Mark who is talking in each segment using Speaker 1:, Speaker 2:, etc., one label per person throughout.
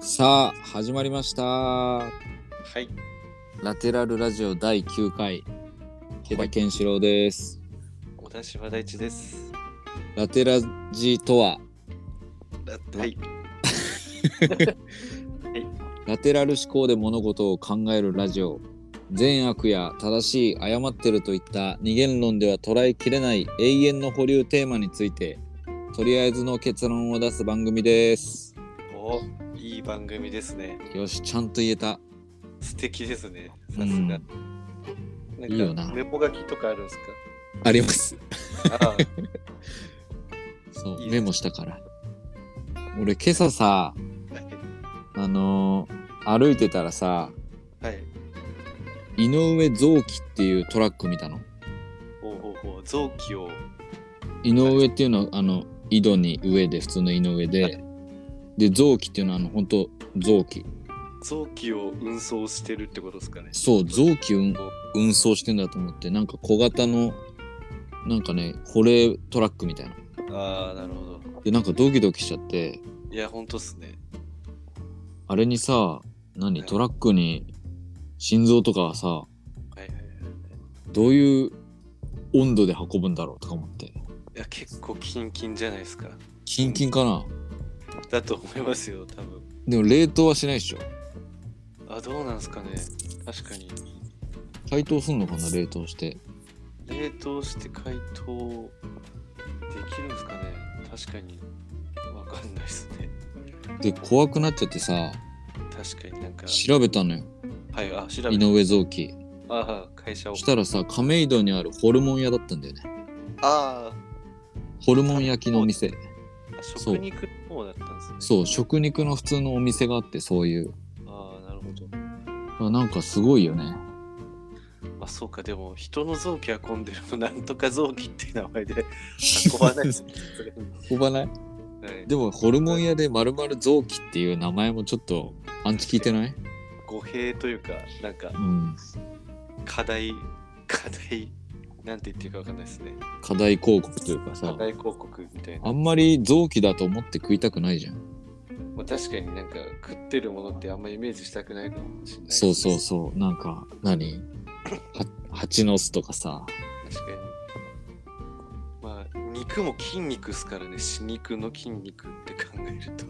Speaker 1: さあ始まりました
Speaker 2: はい。
Speaker 1: ラテラルラジオ第9回池田健志郎です
Speaker 2: 小田島大地です。
Speaker 1: ラテラジとは
Speaker 2: だはい。
Speaker 1: ラテラル思考で物事を考えるラジオ善悪や正しい誤ってるといった二元論では捉えきれない永遠の保留テーマについてとりあえずの結論を出す番組です
Speaker 2: お、いい番組ですね。
Speaker 1: よしちゃんと言えた
Speaker 2: 素敵ですね。さす
Speaker 1: う
Speaker 2: が。
Speaker 1: ん
Speaker 2: なんか
Speaker 1: いいよな
Speaker 2: メモ書きとかあるん です
Speaker 1: あります
Speaker 2: か。ああ、
Speaker 1: そう
Speaker 2: いいで
Speaker 1: メ
Speaker 2: す
Speaker 1: モしたから俺今朝 さあのー歩いてたらさ
Speaker 2: はい。
Speaker 1: 井上臓器っていうトラック見たの
Speaker 2: おうおうおう、臓器を。
Speaker 1: 井上っていうのはあの井戸に上で普通の井上でで臓器っていうのはあの本当臓器
Speaker 2: 臓器を運送してるってことですかね。
Speaker 1: そう臓器運運送してんだと思ってなんか小型のなんかね保冷トラックみたいな
Speaker 2: ああ、なるほど。
Speaker 1: でなんかドキドキしちゃって
Speaker 2: いや、本当っすね。
Speaker 1: あれにさ何
Speaker 2: はい
Speaker 1: トラックに心臓とかはさ
Speaker 2: はいはいはい。
Speaker 1: どういう温度で運ぶんだろうとか思って
Speaker 2: いや、結構キンキンじゃないですか。
Speaker 1: キンキンかな
Speaker 2: だと思いますよ、多分。
Speaker 1: でも冷凍はしないでしょ
Speaker 2: あ、どうなんですかね。確かに。
Speaker 1: 解凍すんのかな冷凍して
Speaker 2: 冷凍して解凍できるんですかね確かにわかんないですね
Speaker 1: で怖くなっちゃってさ
Speaker 2: 確かになんか
Speaker 1: 調べたのよ
Speaker 2: はいあ調べ
Speaker 1: 井
Speaker 2: た
Speaker 1: 上臓器
Speaker 2: ああ会社を
Speaker 1: そしたらさ亀戸にあるホルモン屋だったんだよね
Speaker 2: あ
Speaker 1: ホルモン焼きのお店
Speaker 2: あ
Speaker 1: そう
Speaker 2: 食肉の方だったんですね
Speaker 1: そう食肉の普通のお店があってそういう
Speaker 2: ああなるほど
Speaker 1: あなんかすごいよね
Speaker 2: まあそうかでも人の臓器は混んでるのなんとか臓器っていう名前で運 ばないですねさすがに
Speaker 1: 運ばない
Speaker 2: はい
Speaker 1: でもホルモン屋でまるまる臓器っていう名前もちょっとアンチ聞いてない
Speaker 2: 語弊というかなんか
Speaker 1: うん
Speaker 2: 課題課題なんて言っていいかわかんないですね
Speaker 1: 課題広告というか
Speaker 2: 課
Speaker 1: さ
Speaker 2: 題広告みたいな
Speaker 1: あんまり臓器だと思って食いたくないじゃん
Speaker 2: まあ、確かになんか食ってるものってあんまイメージしたくないかもしれない。
Speaker 1: そうそうそうなんか何は蜂の巣とかさ
Speaker 2: 確かに。まあ肉も筋肉ですからね、死肉の筋肉って考えると。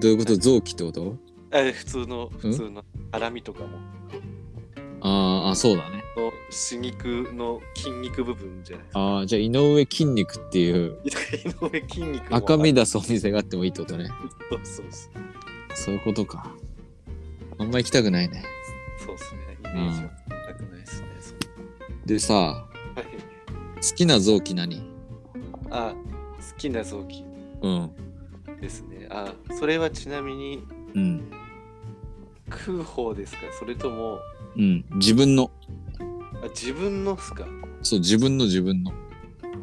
Speaker 1: どういうこと臓器ってこと
Speaker 2: あ普通の、普通のハラミとかも。
Speaker 1: あーあそうだね
Speaker 2: の死肉の筋肉部分じゃないですか。
Speaker 1: ああじゃあ井上筋肉っていう
Speaker 2: 井上筋肉も
Speaker 1: 赤身出すお店があってもいいってことね
Speaker 2: そうそうそう。
Speaker 1: そういうことかあんま行きたくないね
Speaker 2: そうですね。イメージはなくないですね。そう
Speaker 1: でさ
Speaker 2: はい、
Speaker 1: 好きな臓器何
Speaker 2: あ、好きな臓器
Speaker 1: うん
Speaker 2: ですね。あ、それはちなみに
Speaker 1: うん
Speaker 2: 食う方ですかそれとも
Speaker 1: うん自分の
Speaker 2: あ自分のっすか
Speaker 1: そう自分の自分の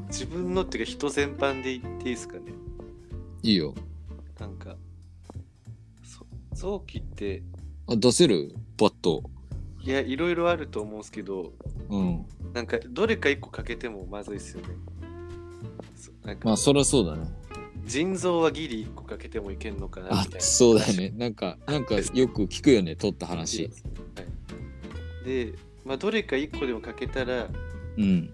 Speaker 2: 自分のっていうか人全般で言っていいですかね
Speaker 1: いいよ
Speaker 2: なんかそ臓器って
Speaker 1: あ出せるパッと
Speaker 2: いやいろいろあると思うんですけど
Speaker 1: うん
Speaker 2: なんかどれか一個欠けてもまずいっすよねそなんか
Speaker 1: まあそりゃそうだね
Speaker 2: 腎臓はギリ一個欠けてもいけんのかなみ
Speaker 1: あ
Speaker 2: たいな
Speaker 1: そうだねなんかなんかよく聞くよね取った話
Speaker 2: はいで、まあ、どれか一個でも欠けたら
Speaker 1: うん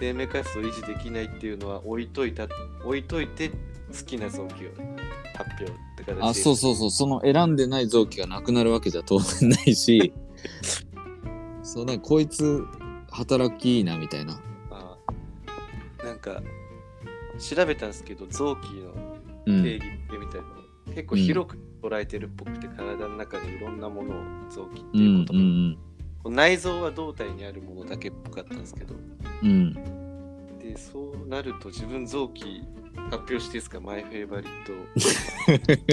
Speaker 2: 生命活動を維持できないっていうのは置いといた置いといて好きな臓器を発表って形で
Speaker 1: あそうそうそうその選んでない臓器がなくなるわけじゃ当然ない しそうなんかこいつ働きいいなみたいな
Speaker 2: あーなんか調べたんですけど臓器
Speaker 1: う
Speaker 2: の定
Speaker 1: ん
Speaker 2: 義ってみたいなの、結構広く捉えてるっぽくて、体の中でいろんなものを臓器って
Speaker 1: う
Speaker 2: いうんこと、
Speaker 1: うん
Speaker 2: 内臓は胴体にあるものだけっぽかったんですけど
Speaker 1: うん
Speaker 2: でそうなると自分臓器発表していいですかマイフェイバリッ ト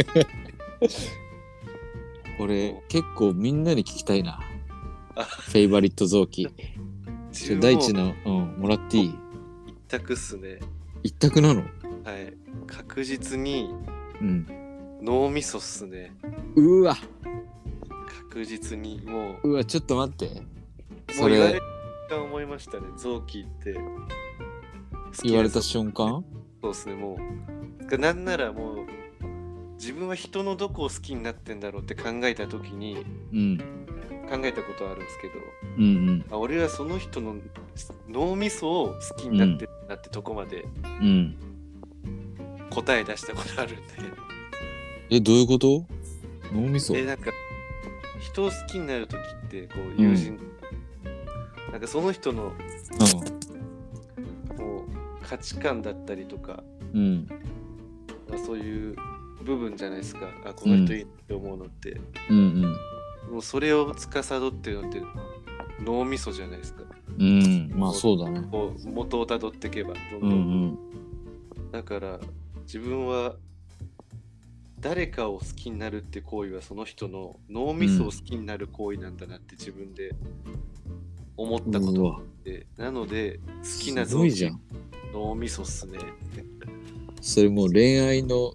Speaker 1: これ結構みんなに聞きたいな
Speaker 2: あ
Speaker 1: フェイバリット臓器ち
Speaker 2: 自
Speaker 1: ょ
Speaker 2: 分
Speaker 1: 大地
Speaker 2: も
Speaker 1: の、うん、もらっていい
Speaker 2: 一択っすね
Speaker 1: 一択なの
Speaker 2: はい確実に
Speaker 1: うん
Speaker 2: 脳みそっすね
Speaker 1: うわ
Speaker 2: 確実にもう
Speaker 1: うわちょっと待って
Speaker 2: も
Speaker 1: そう
Speaker 2: 言われ
Speaker 1: れ
Speaker 2: た思いましたね、臓器って。
Speaker 1: 言われた
Speaker 2: し。
Speaker 1: 瞬間
Speaker 2: そうですね、もう。なんならもう、自分は人のどこを好きになってんだろうって考えた時に
Speaker 1: うん
Speaker 2: 考えたことはあるんですけど
Speaker 1: うん
Speaker 2: あ俺はその人の脳みそを好きになってるんだってとこまで
Speaker 1: うんうん
Speaker 2: 答え出したことあるんだけど、
Speaker 1: えどういうこと脳みそ
Speaker 2: えなんか人を好きになる時ってこう友人、なんかその人のこう価値観だったりとか、
Speaker 1: うん
Speaker 2: まあ、そういう部分じゃないですかあこの人いいって思うのって、
Speaker 1: うん
Speaker 2: もうそれを司ってるのって脳みそじゃないですか
Speaker 1: うんうんまあそうだね
Speaker 2: こう元をたどっていけばどん
Speaker 1: う
Speaker 2: ど、
Speaker 1: んうんん
Speaker 2: だから自分は誰かを好きになるって行為はその人の脳みそを好きになる行為なんだなって自分で思ったこと
Speaker 1: うわ
Speaker 2: で、なので好きな
Speaker 1: す
Speaker 2: 臓
Speaker 1: ごい
Speaker 2: 器
Speaker 1: じゃん
Speaker 2: 脳みそっすね。
Speaker 1: それもう恋愛の
Speaker 2: は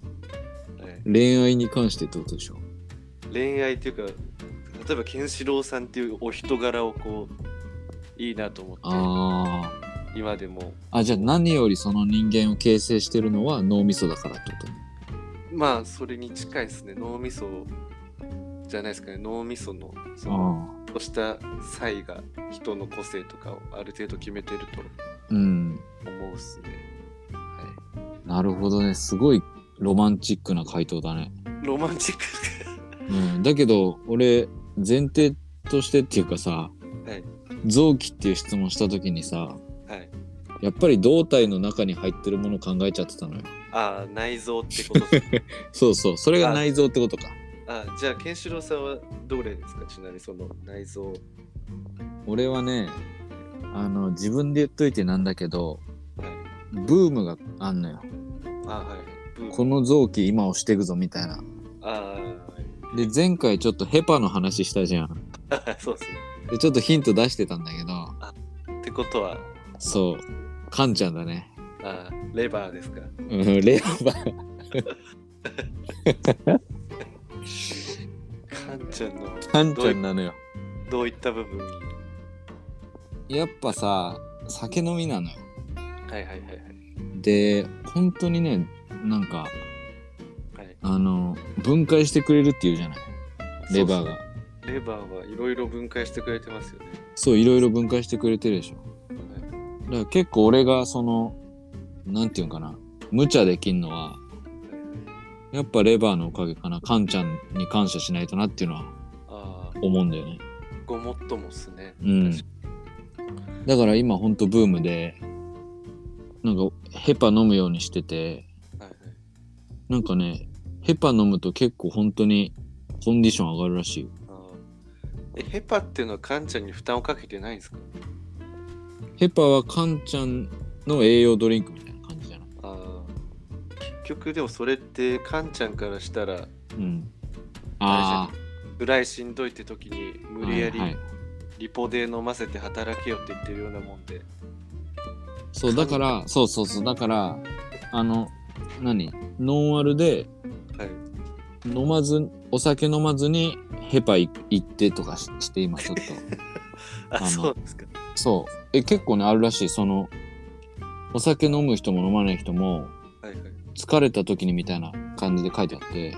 Speaker 2: い
Speaker 1: 恋愛に関してってことでしょ
Speaker 2: 恋愛っていうか例えばケンシロウさんっていうお人柄をこういいなと思っ
Speaker 1: あ
Speaker 2: て今でも
Speaker 1: ああじゃあ何よりその人間を形成してるのは脳みそだからってことね
Speaker 2: まあそれに近いですね脳みそじゃないですかね脳みそのその
Speaker 1: あ
Speaker 2: そうした才が人の個性とかをある程度決めてると
Speaker 1: あうん
Speaker 2: 思うっすね。は
Speaker 1: なるほどねすごいロマンチックな回答だね
Speaker 2: い、ロマンチック
Speaker 1: うん、だけど俺前提としてっていうかさ、
Speaker 2: はい
Speaker 1: 臓器っていう質問した時にさ
Speaker 2: はい。
Speaker 1: やっぱり胴体の中に入ってるもの考えちゃってたのよ
Speaker 2: ああ内臓ってこと ですね
Speaker 1: そうそうそれが内臓ってことか
Speaker 2: ああじゃあケンシロウさんはどれですかちなみにその内臓。
Speaker 1: 俺はねあの自分で言っといてなんだけど
Speaker 2: はい、
Speaker 1: ブームがあんのよ
Speaker 2: あはい。ブー
Speaker 1: この臓器今押していくぞみたいな
Speaker 2: あ
Speaker 1: で前回ちょっとヘパの話したじゃん
Speaker 2: あはい そうですね。
Speaker 1: でちょっとヒント出してたんだけど
Speaker 2: ってことは
Speaker 1: そうカンちゃんだね
Speaker 2: ああレバーですか。
Speaker 1: うんレバー
Speaker 2: カンちゃんの
Speaker 1: カンちゃんなのよ
Speaker 2: どういった部分に
Speaker 1: やっぱさ酒飲みなのよ
Speaker 2: はいはいはいはい。
Speaker 1: で本当にねなんか
Speaker 2: はい、
Speaker 1: あの分解してくれるっていうじゃないレバーが
Speaker 2: そうそうレバーはいろいろ分解してくれてますよね。
Speaker 1: そういろいろ分解してくれてるでしょだから結構俺がそのなんていうんかな無茶できんのはやっぱレバーのおかげかなカンちゃんに感謝しないとなっていうのは
Speaker 2: ああ
Speaker 1: 思うんだよね
Speaker 2: ごもっともっすね。
Speaker 1: うん
Speaker 2: 確か
Speaker 1: だから今ほんとブームでなんかヘパ飲むようにしてて
Speaker 2: にはいはい
Speaker 1: なんかねヘパ飲むと結構本当にコンディション上がるらしいよ
Speaker 2: ああえ、ヘパっていうのはカンちゃんに負担をかけてないんですか
Speaker 1: ヘパはカンちゃんの栄養ドリンクみたいな感じじゃない
Speaker 2: ああ結局でもそれってカンちゃんからしたら
Speaker 1: うん。
Speaker 2: あ
Speaker 1: あ
Speaker 2: 辛いしんどいって時に
Speaker 1: あ、
Speaker 2: 無理やり
Speaker 1: はいはい
Speaker 2: リポで飲ませて働けよって言ってるようなもんで、
Speaker 1: そう、だから、そうそうそう、だから、あの、何ノンアルで
Speaker 2: はい、
Speaker 1: 飲まず、お酒飲まずにヘパい行ってとかしして今ちょっ と。あ
Speaker 2: あ
Speaker 1: の
Speaker 2: そうですか
Speaker 1: そう。え、結構ね、あるらしい。その、お酒飲む人も飲まない人も、
Speaker 2: はいはい
Speaker 1: 疲れた時にみたいな感じで書いてあって、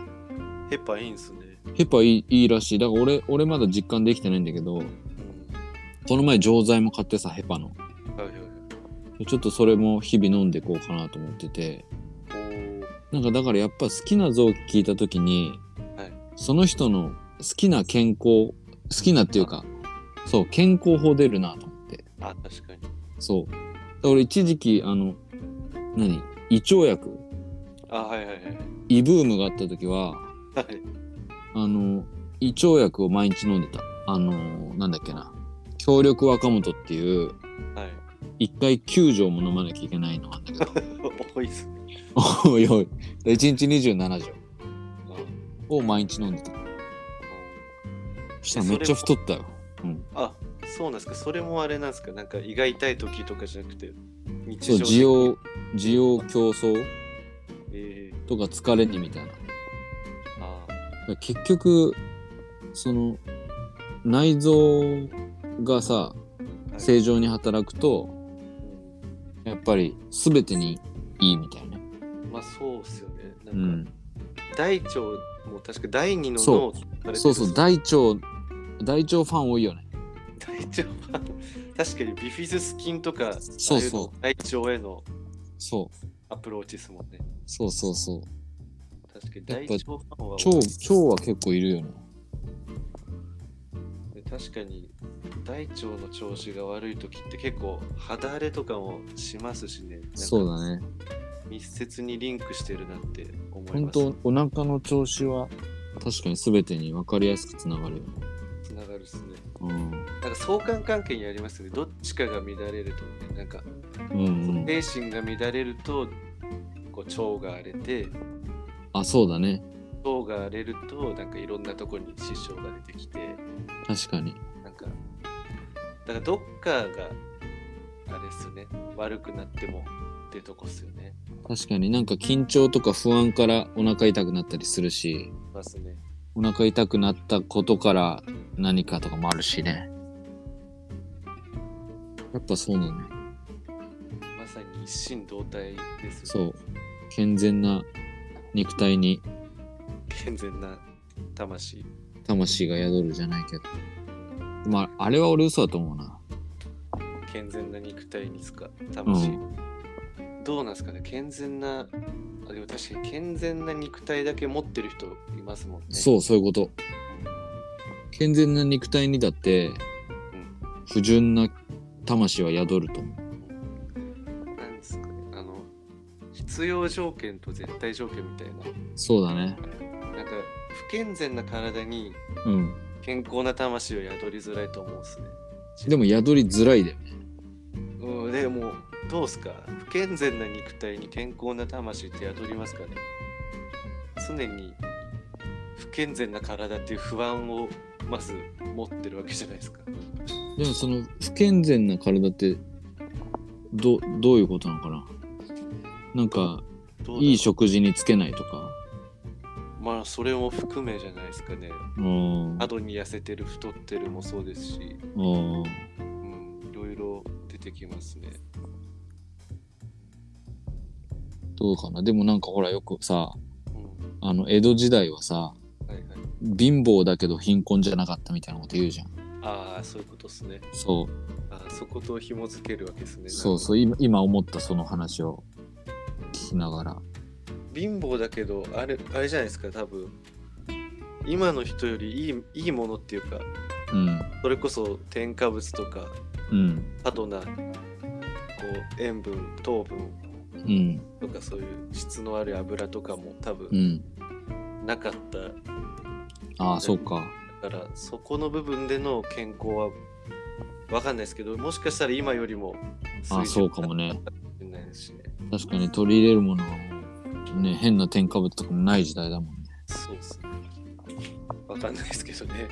Speaker 2: ヘパいいんすね、
Speaker 1: ヘパいいいいらしい。だから俺、俺まだ実感できてないんだけど、
Speaker 2: うん、
Speaker 1: この前錠剤も買ってさ、ヘパの。
Speaker 2: はいはいはい
Speaker 1: ちょっとそれも日々飲んでいこうかなと思ってて。
Speaker 2: おー
Speaker 1: なんかだからやっぱ好きな臓器聞いた時に、
Speaker 2: はい
Speaker 1: その人の好きな健康好きなっていうかそう健康法出るなと思って
Speaker 2: あ確かに
Speaker 1: そうだから俺一時期あの何胃腸薬
Speaker 2: あはいはいはいはい
Speaker 1: 胃ブームがあった時はあの胃腸薬を毎日飲んでたあのなんだっけな協力若元っていう
Speaker 2: はい
Speaker 1: 一回9錠も飲まなきゃいけないのなんだけど
Speaker 2: 多いっすね
Speaker 1: おいおい1日27錠
Speaker 2: あ
Speaker 1: を毎日飲んでたそしたらめっちゃ太ったよ
Speaker 2: あそうなんですかそれもあれなんですかなんか胃が痛い時とかじゃなくて
Speaker 1: そう
Speaker 2: 日常的
Speaker 1: 需要需要競争
Speaker 2: ええ
Speaker 1: とか疲れにみたいなだか
Speaker 2: あ
Speaker 1: ら結局その内臓がさ
Speaker 2: はい
Speaker 1: 正常に働くと
Speaker 2: う
Speaker 1: やっぱり全てにいいみたいな、
Speaker 2: んまあそうっすよねなんか、
Speaker 1: うん、
Speaker 2: 大腸も確か第二の
Speaker 1: そ
Speaker 2: 脳って言われてる
Speaker 1: そうそう大腸大腸ファン多いよね
Speaker 2: 大腸は 確かにビフィズス菌とか
Speaker 1: そうそう
Speaker 2: ああいうの大腸への
Speaker 1: そう
Speaker 2: アプローチですもんね
Speaker 1: そうそうそう
Speaker 2: 確かに
Speaker 1: やっ
Speaker 2: 大
Speaker 1: ぱ
Speaker 2: 腸ファンは
Speaker 1: 腸腸は結構いるよね
Speaker 2: 確かに大腸の調子が悪い時って結構肌荒れとかもしますしねなんか
Speaker 1: そうだね
Speaker 2: 密接にリンクしてるなって思い
Speaker 1: 本
Speaker 2: ます
Speaker 1: 当お腹の調子は確かに全てに分かりやすくつながるよね
Speaker 2: つながるですね
Speaker 1: うん
Speaker 2: なんか相関関係にありますよねどっちかが乱れるとねなんか
Speaker 1: うんうん
Speaker 2: 精神が乱れるとこう腸が荒れて
Speaker 1: あそうだね
Speaker 2: 腸が荒れるとなんかいろんなとこに支障が出てきて
Speaker 1: 確かに
Speaker 2: なんかだからどっかがあれですよね悪くなってもっていうとこっすよね
Speaker 1: 確かになんか緊張とか不安からお腹痛くなったりするし
Speaker 2: ますね
Speaker 1: お腹痛くなったことから何かとかもあるしねやっぱそうなのね
Speaker 2: まさに一心同体です
Speaker 1: そ
Speaker 2: よね
Speaker 1: う健全な肉体に
Speaker 2: 健全な魂
Speaker 1: 魂が宿るじゃないけどまああれは俺嘘だと思うな
Speaker 2: 健全な肉体につか魂、
Speaker 1: う
Speaker 2: どうなんですかね健全なあでも確かに健全な肉体だけ持ってる人いますもんね
Speaker 1: そうそういうこと健全な肉体にだって不純な魂は宿ると思う
Speaker 2: なんですかねあの必要条件と絶対条件みたいな
Speaker 1: そうだね
Speaker 2: なんか不健全な体に
Speaker 1: うん
Speaker 2: 健康な魂を宿りづらいと思うんですね
Speaker 1: でも宿りづらいだよね
Speaker 2: うんでもどうですか不健全な肉体に健康な魂って宿りますかね常に不健全な体っていう不安をまず持ってるわけじゃないですか
Speaker 1: でもその不健全な体ってどどういうことなのかななんか
Speaker 2: どうだろう
Speaker 1: いい食事につけないとか
Speaker 2: まあそれも含めじゃないですかね
Speaker 1: うん
Speaker 2: アドに痩せてる太ってるもそうですし、
Speaker 1: うん
Speaker 2: うん、いろいろ出てきますね
Speaker 1: どうかなでもなんかほらよくさ
Speaker 2: うん
Speaker 1: あの江戸時代はさ
Speaker 2: はいはい
Speaker 1: 貧乏だけど貧困じゃなかったみたいなこと言うじゃん
Speaker 2: ああそういうことですね
Speaker 1: そう
Speaker 2: あーそこと紐付けるわけですね
Speaker 1: そうそう今今思ったその話を聞きながら
Speaker 2: 貧乏だけどあれあれじゃないですか多分今の人よりいいいいものっていうか
Speaker 1: うん
Speaker 2: それこそ添加物とか
Speaker 1: うん
Speaker 2: 過度なこう塩分糖分
Speaker 1: うん
Speaker 2: とかそういう質のある油とかも多
Speaker 1: う
Speaker 2: 分
Speaker 1: ん
Speaker 2: なかった、だ
Speaker 1: ああそうか
Speaker 2: からそこの部分での健康はわかんないですけどもしかしたら今よりも
Speaker 1: ああそうかもね
Speaker 2: 水準高いかもしれないですしね
Speaker 1: 確かに取り入れるものがね変な添加物とかもない時代だもんね
Speaker 2: そうっすねわかんないですけどね
Speaker 1: やっ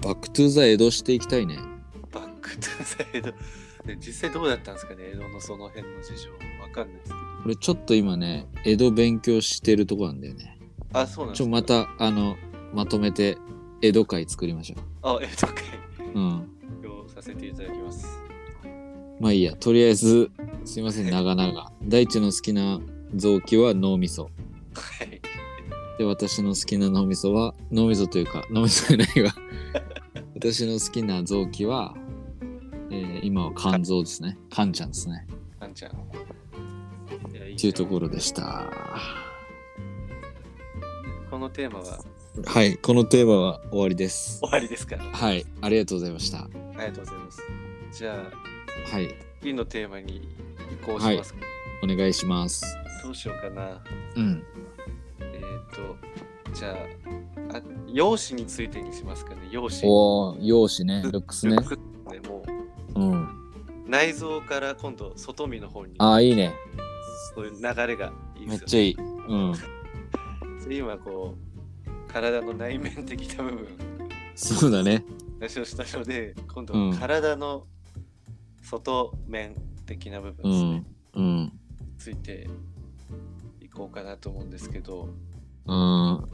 Speaker 1: ぱバックトゥーザ江戸していきたいね
Speaker 2: バックトゥーザ江戸で実際どうだったんですかね江戸のその辺の事情わかんないですけど
Speaker 1: 俺ちょっと今ね江戸勉強してるとこなんだよね
Speaker 2: あそうなんで
Speaker 1: ちょ
Speaker 2: すか
Speaker 1: またあのまとめて江戸会作りましょ
Speaker 2: あ江戸会
Speaker 1: ううん
Speaker 2: 発表させていただきます
Speaker 1: まあいいやとりあえずすいません長 々大地の好きな臓器は脳みそ
Speaker 2: はい
Speaker 1: で私の好きな脳みそは脳みそというか脳みそじゃ ないわ私の好きな臓器は、えー今は肝臓ですね肝ちゃんですね
Speaker 2: あんちゃんいやいい
Speaker 1: っていうとこ
Speaker 2: ろ
Speaker 1: ろでした
Speaker 2: このテーマは
Speaker 1: はいこのテーマは終わりです
Speaker 2: 終わりですからあ
Speaker 1: はいありがとうございました
Speaker 2: りがとうございますじゃあ
Speaker 1: はい
Speaker 2: 次のテーマに移行します、
Speaker 1: お願いします
Speaker 2: どうしようかな
Speaker 1: うん
Speaker 2: えっ、とじゃああ容姿についてにしますかね容姿
Speaker 1: おお容姿ね
Speaker 2: ル
Speaker 1: ルックスね
Speaker 2: ルックねもう
Speaker 1: うん
Speaker 2: 内臓から今度外身の方に
Speaker 1: ああいいね
Speaker 2: そういう流れがいいで
Speaker 1: めっ
Speaker 2: すよ
Speaker 1: ちゃいいうん
Speaker 2: ね。今こう体の内面的な部分
Speaker 1: そうだね
Speaker 2: 話をしたので今度
Speaker 1: うん
Speaker 2: は体の外面的な部分
Speaker 1: う
Speaker 2: ですね
Speaker 1: んうん
Speaker 2: についていこうかなと思うんですけど
Speaker 1: うん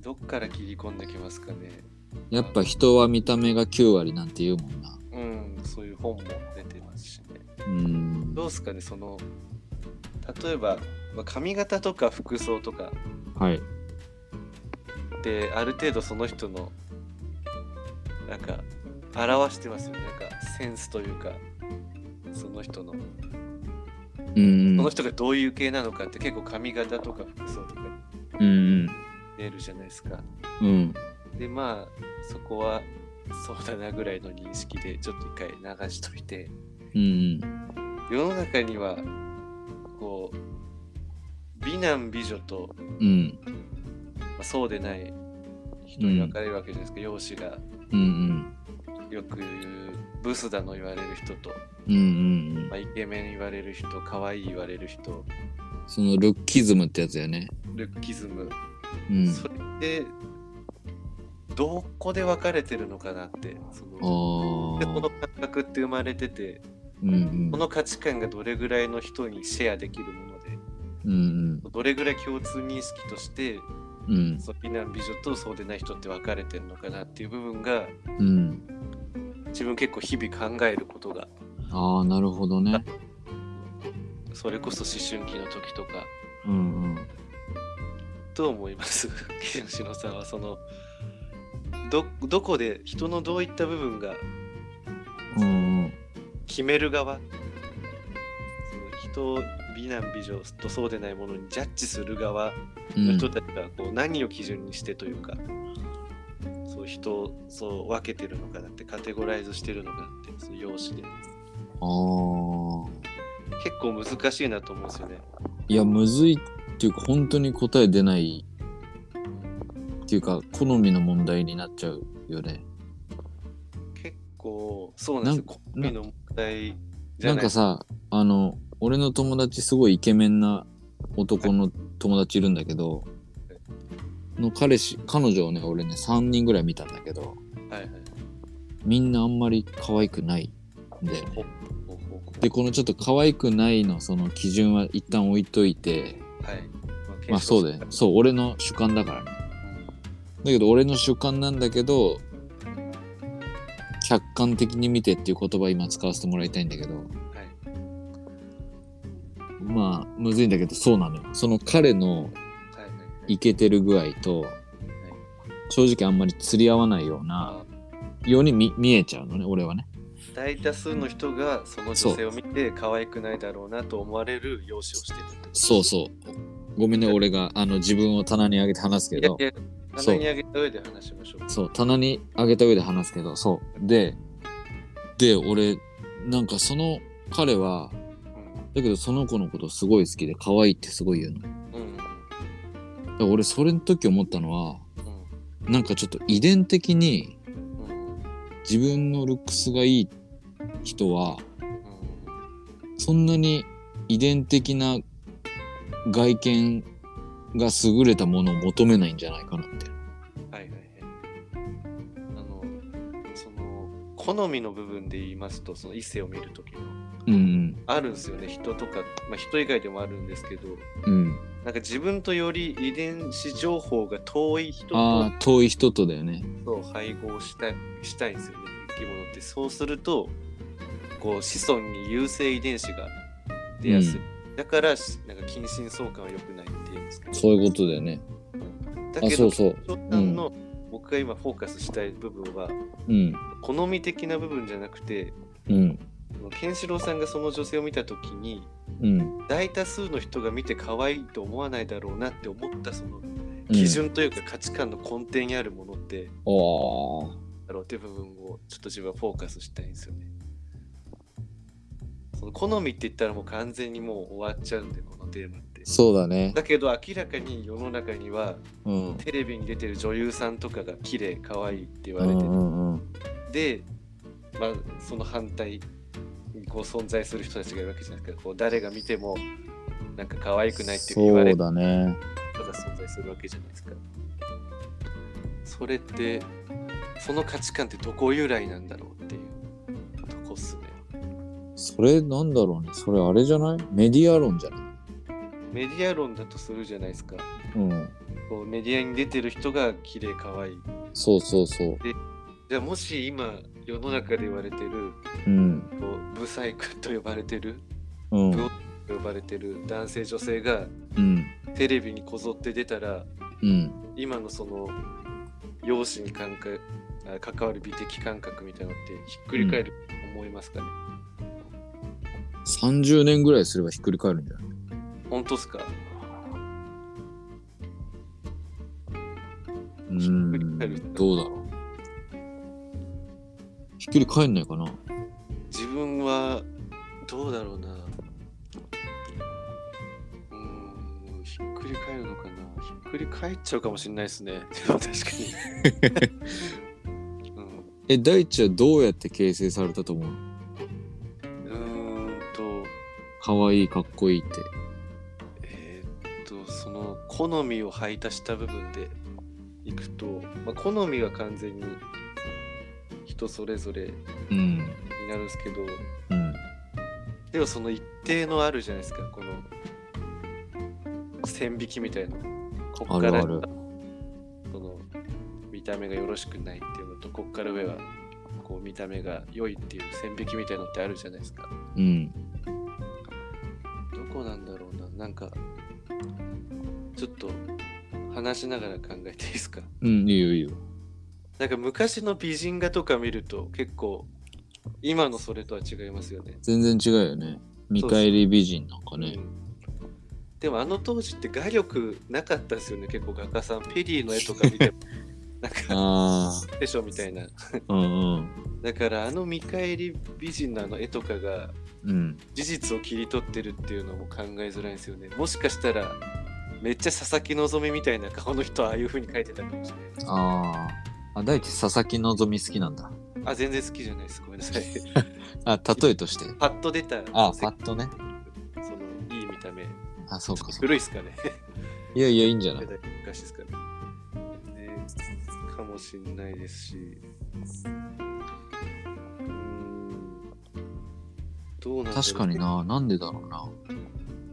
Speaker 2: どっから切り込んできますかね
Speaker 1: やっぱ人は見た目が9割なんて言うもんな
Speaker 2: うんそういう本も出てますしね
Speaker 1: うん
Speaker 2: どうですかねその例えばまあ髪型とか服装とか
Speaker 1: はい。
Speaker 2: である程度その人のなんか表してますよねなんかセンスというかその人の
Speaker 1: うん
Speaker 2: その人がどういう系なのかって結構髪型とか服装とか
Speaker 1: うん
Speaker 2: 出るじゃないですか
Speaker 1: うんうん
Speaker 2: でまあそこはそうだなぐらいの認識でちょっと一回流しといて
Speaker 1: うん
Speaker 2: 世の中にはこう美男美女と、
Speaker 1: うん
Speaker 2: まあそうでない人に分かれるわけじゃないですか、容姿が
Speaker 1: うんうん
Speaker 2: よく言うブスだの言われる人と、
Speaker 1: うんうん
Speaker 2: まあ、イケメン言われる人可愛い言われる人
Speaker 1: そのルッキズムってやつだよね。
Speaker 2: ルッキズム、
Speaker 1: うん。
Speaker 2: それってどこで分かれてるのかなってそ
Speaker 1: あ
Speaker 2: のでこの
Speaker 1: あ。
Speaker 2: 感覚って生まれてて
Speaker 1: うんうん
Speaker 2: この価値観がどれぐらいの人にシェアできるもので
Speaker 1: うん
Speaker 2: どれぐらい共通認識として
Speaker 1: うんうん
Speaker 2: そう美男美女とそうでない人って分かれてるのかなっていう部分が
Speaker 1: うん。
Speaker 2: 自分結構日々考えることが
Speaker 1: ああなるほどね。
Speaker 2: それこそ思春期の時とか
Speaker 1: うんうん。
Speaker 2: と思います 吉野さんはそのどどこで人のどういった部分が
Speaker 1: うんうん
Speaker 2: 決める側その人を美男美女とそうでないものにジャッジする側
Speaker 1: う
Speaker 2: の
Speaker 1: ん
Speaker 2: 人たちがこう何を基準にしてというか、そう人をそう分けてるのかなってカテゴライズしてるのかなってその容姿で
Speaker 1: ああ。
Speaker 2: 結構難しいなと思うんですよね。
Speaker 1: いやむずいっていうか本当に答え出ないっていうか好みの問題になっちゃうよね。
Speaker 2: 結構そうなんですよ。好みの問題じ
Speaker 1: な
Speaker 2: ゃ
Speaker 1: ん
Speaker 2: ない
Speaker 1: かさあの俺の友達すごいイケメンな男の友達いるんだけどの彼氏彼女をね俺ね3人ぐらい見たんだけど
Speaker 2: はいはい。
Speaker 1: みんなあんまり可愛くないんだよね。
Speaker 2: ほほほほ
Speaker 1: でこのちょっと可愛くないのその基準は一旦置いといて
Speaker 2: はい。
Speaker 1: まあそうだよねそう俺の主観だからね。だけど俺の主観なんだけど客観的に見てっていう言葉今使わせてもらいたいんだけど
Speaker 2: はい。
Speaker 1: まあむずいんだけどそうなのよその彼の
Speaker 2: はいはいはい。
Speaker 1: イケてる具合と正直あんまり釣り合わないような
Speaker 2: あ
Speaker 1: ように見見えちゃうのね俺はね
Speaker 2: 大多数の人がその女性を見て可愛くないだろうなと思われる容姿をしてるってこと
Speaker 1: そうそうごめんね俺があの自分を棚に上げて話すけ
Speaker 2: いやい
Speaker 1: ど
Speaker 2: や、棚に上げた上で話しましょう。
Speaker 1: そう棚に上げた上で話すけどそうでで俺なんかその彼はだけどその子のことすごい好きで可愛いってすごい言うの
Speaker 2: うん。うん。
Speaker 1: だから俺それの時思ったのは
Speaker 2: うん。
Speaker 1: なんかちょっと遺伝的に
Speaker 2: うん。
Speaker 1: 自分のルックスがいい人は
Speaker 2: うん。
Speaker 1: そんなに遺伝的な外見が優れたものを求めないんじゃないかなって。
Speaker 2: はいはいはい。あの、その、好みの部分で言いますと、その異性を見るときの、
Speaker 1: うん
Speaker 2: あるんですよね、人とか、まあ人以外でもあるんですけど、
Speaker 1: うん。うん、
Speaker 2: なんか自分とより遺伝子情報が遠い人
Speaker 1: あ
Speaker 2: と
Speaker 1: あ遠い人とだよね。
Speaker 2: そう配合したいしたいんですよね、生き物って。そうすると、こう子孫に優性遺伝子が出やすい。だから、しなんか近親相関は良くないって言うんですけど。
Speaker 1: そういうことだよね。
Speaker 2: だ
Speaker 1: あ
Speaker 2: け
Speaker 1: そ
Speaker 2: ど、
Speaker 1: うそう。
Speaker 2: 長官の僕が今フォーカスしたい部分は、
Speaker 1: うん
Speaker 2: 好み的な部分じゃなくて
Speaker 1: うん
Speaker 2: ケンシロウさんがその女性を見た時に
Speaker 1: うん。
Speaker 2: 大多数の人が見て可愛いと思わないだろうなって思ったその
Speaker 1: うん
Speaker 2: 基。準というか価値観の根底にあるものって
Speaker 1: ああ。
Speaker 2: だろうっていう部分をちょっと自分はフォーカスしたいんですよね。その好みって言ったらもう完全にもう終わっちゃうんでこのテーマって。
Speaker 1: そうだね。
Speaker 2: だけど明らかに世の中には
Speaker 1: うん。
Speaker 2: テレビに出てる女優さんとかが綺麗可愛いって言
Speaker 1: う
Speaker 2: われ
Speaker 1: ん
Speaker 2: てて
Speaker 1: うんうん。
Speaker 2: で、まあ、その反対にこう存在する人たちがいるわけじゃないですかこう誰が見てもなんか可愛くないって言わ
Speaker 1: そう
Speaker 2: れる
Speaker 1: だね。
Speaker 2: 人が存在するわけじゃないですかそれってその価値観ってどこ由来なんだろうっていうとこっすね
Speaker 1: それなんだろうね。それあれじゃないメディア論じゃない
Speaker 2: メディア論だとするじゃないですか
Speaker 1: うん。
Speaker 2: こうメディアに出てる人が綺麗可愛い
Speaker 1: そうそうそう。
Speaker 2: じゃあもし今世の中で言われてる
Speaker 1: うん。
Speaker 2: こうブサイクと呼ばれてる
Speaker 1: うん。
Speaker 2: ブオと呼ばばれてる男性女性が
Speaker 1: うん
Speaker 2: テレビにこぞって出たら
Speaker 1: うん
Speaker 2: 今のその容姿に関かあ関わる美的感覚みたいなのってひっくり返ると思いますかね、
Speaker 1: 30年ぐらいすればひっくり返るんじゃない
Speaker 2: 本当ですか
Speaker 1: う
Speaker 2: ひっくり返
Speaker 1: ー
Speaker 2: る
Speaker 1: んどうだろうひっくり返んないかな
Speaker 2: 自分はどうだろうなうーんひっくり返るのかなひっくり返っちゃうかもしれないですね でも確かに、
Speaker 1: え大地はどうやって形成されたと思う
Speaker 2: うん、うーんと
Speaker 1: かわいいかっこいいって
Speaker 2: えーっとその好みを排他した部分でいくと、まあ、好みは完全に人それぞれ
Speaker 1: う
Speaker 2: に
Speaker 1: ん
Speaker 2: なるんですけど
Speaker 1: うん
Speaker 2: でもその一定のあるじゃないですかこの線引きみたいなこっから
Speaker 1: あるある
Speaker 2: その見た目がよろしくないっていうのとこっから上はこう見た目が良いっていう線引きみたいのってあるじゃないですか
Speaker 1: うん
Speaker 2: どこなんだろうななんかちょっと話しながら考えていいですか
Speaker 1: うんいいよいいよ
Speaker 2: なんか昔の美人画とか見ると結構今のそれとは違いますよね。
Speaker 1: 全然違うよね見返り美人なんか
Speaker 2: う
Speaker 1: ね
Speaker 2: んでもあの当時って画力なかったですよね結構画家さんペリーの絵とか見 てもなんか
Speaker 1: あ
Speaker 2: でしょみたいな
Speaker 1: あうんうん
Speaker 2: だからあの見返り美人のあの絵とかが
Speaker 1: うん
Speaker 2: 事実を切り取ってるっていうのも考えづらいんですよねもしかしたらめっちゃ佐々木希みたいな顔の人はああいう風に描いてたかもしれない
Speaker 1: あーあ大地佐々木希好きなんだ
Speaker 2: あ全然好きじゃないですごめん なさい
Speaker 1: あ例えとして
Speaker 2: パッと出た
Speaker 1: あ
Speaker 2: せ
Speaker 1: パッとね
Speaker 2: そのいい見た目
Speaker 1: あそうかそうか
Speaker 2: 古いっすかね
Speaker 1: いやいやいいんじゃな
Speaker 2: 世
Speaker 1: い
Speaker 2: 代昔ですかね。ねかもしんないですし。うーんどうなんだろう
Speaker 1: 確かに。ななんでだろうな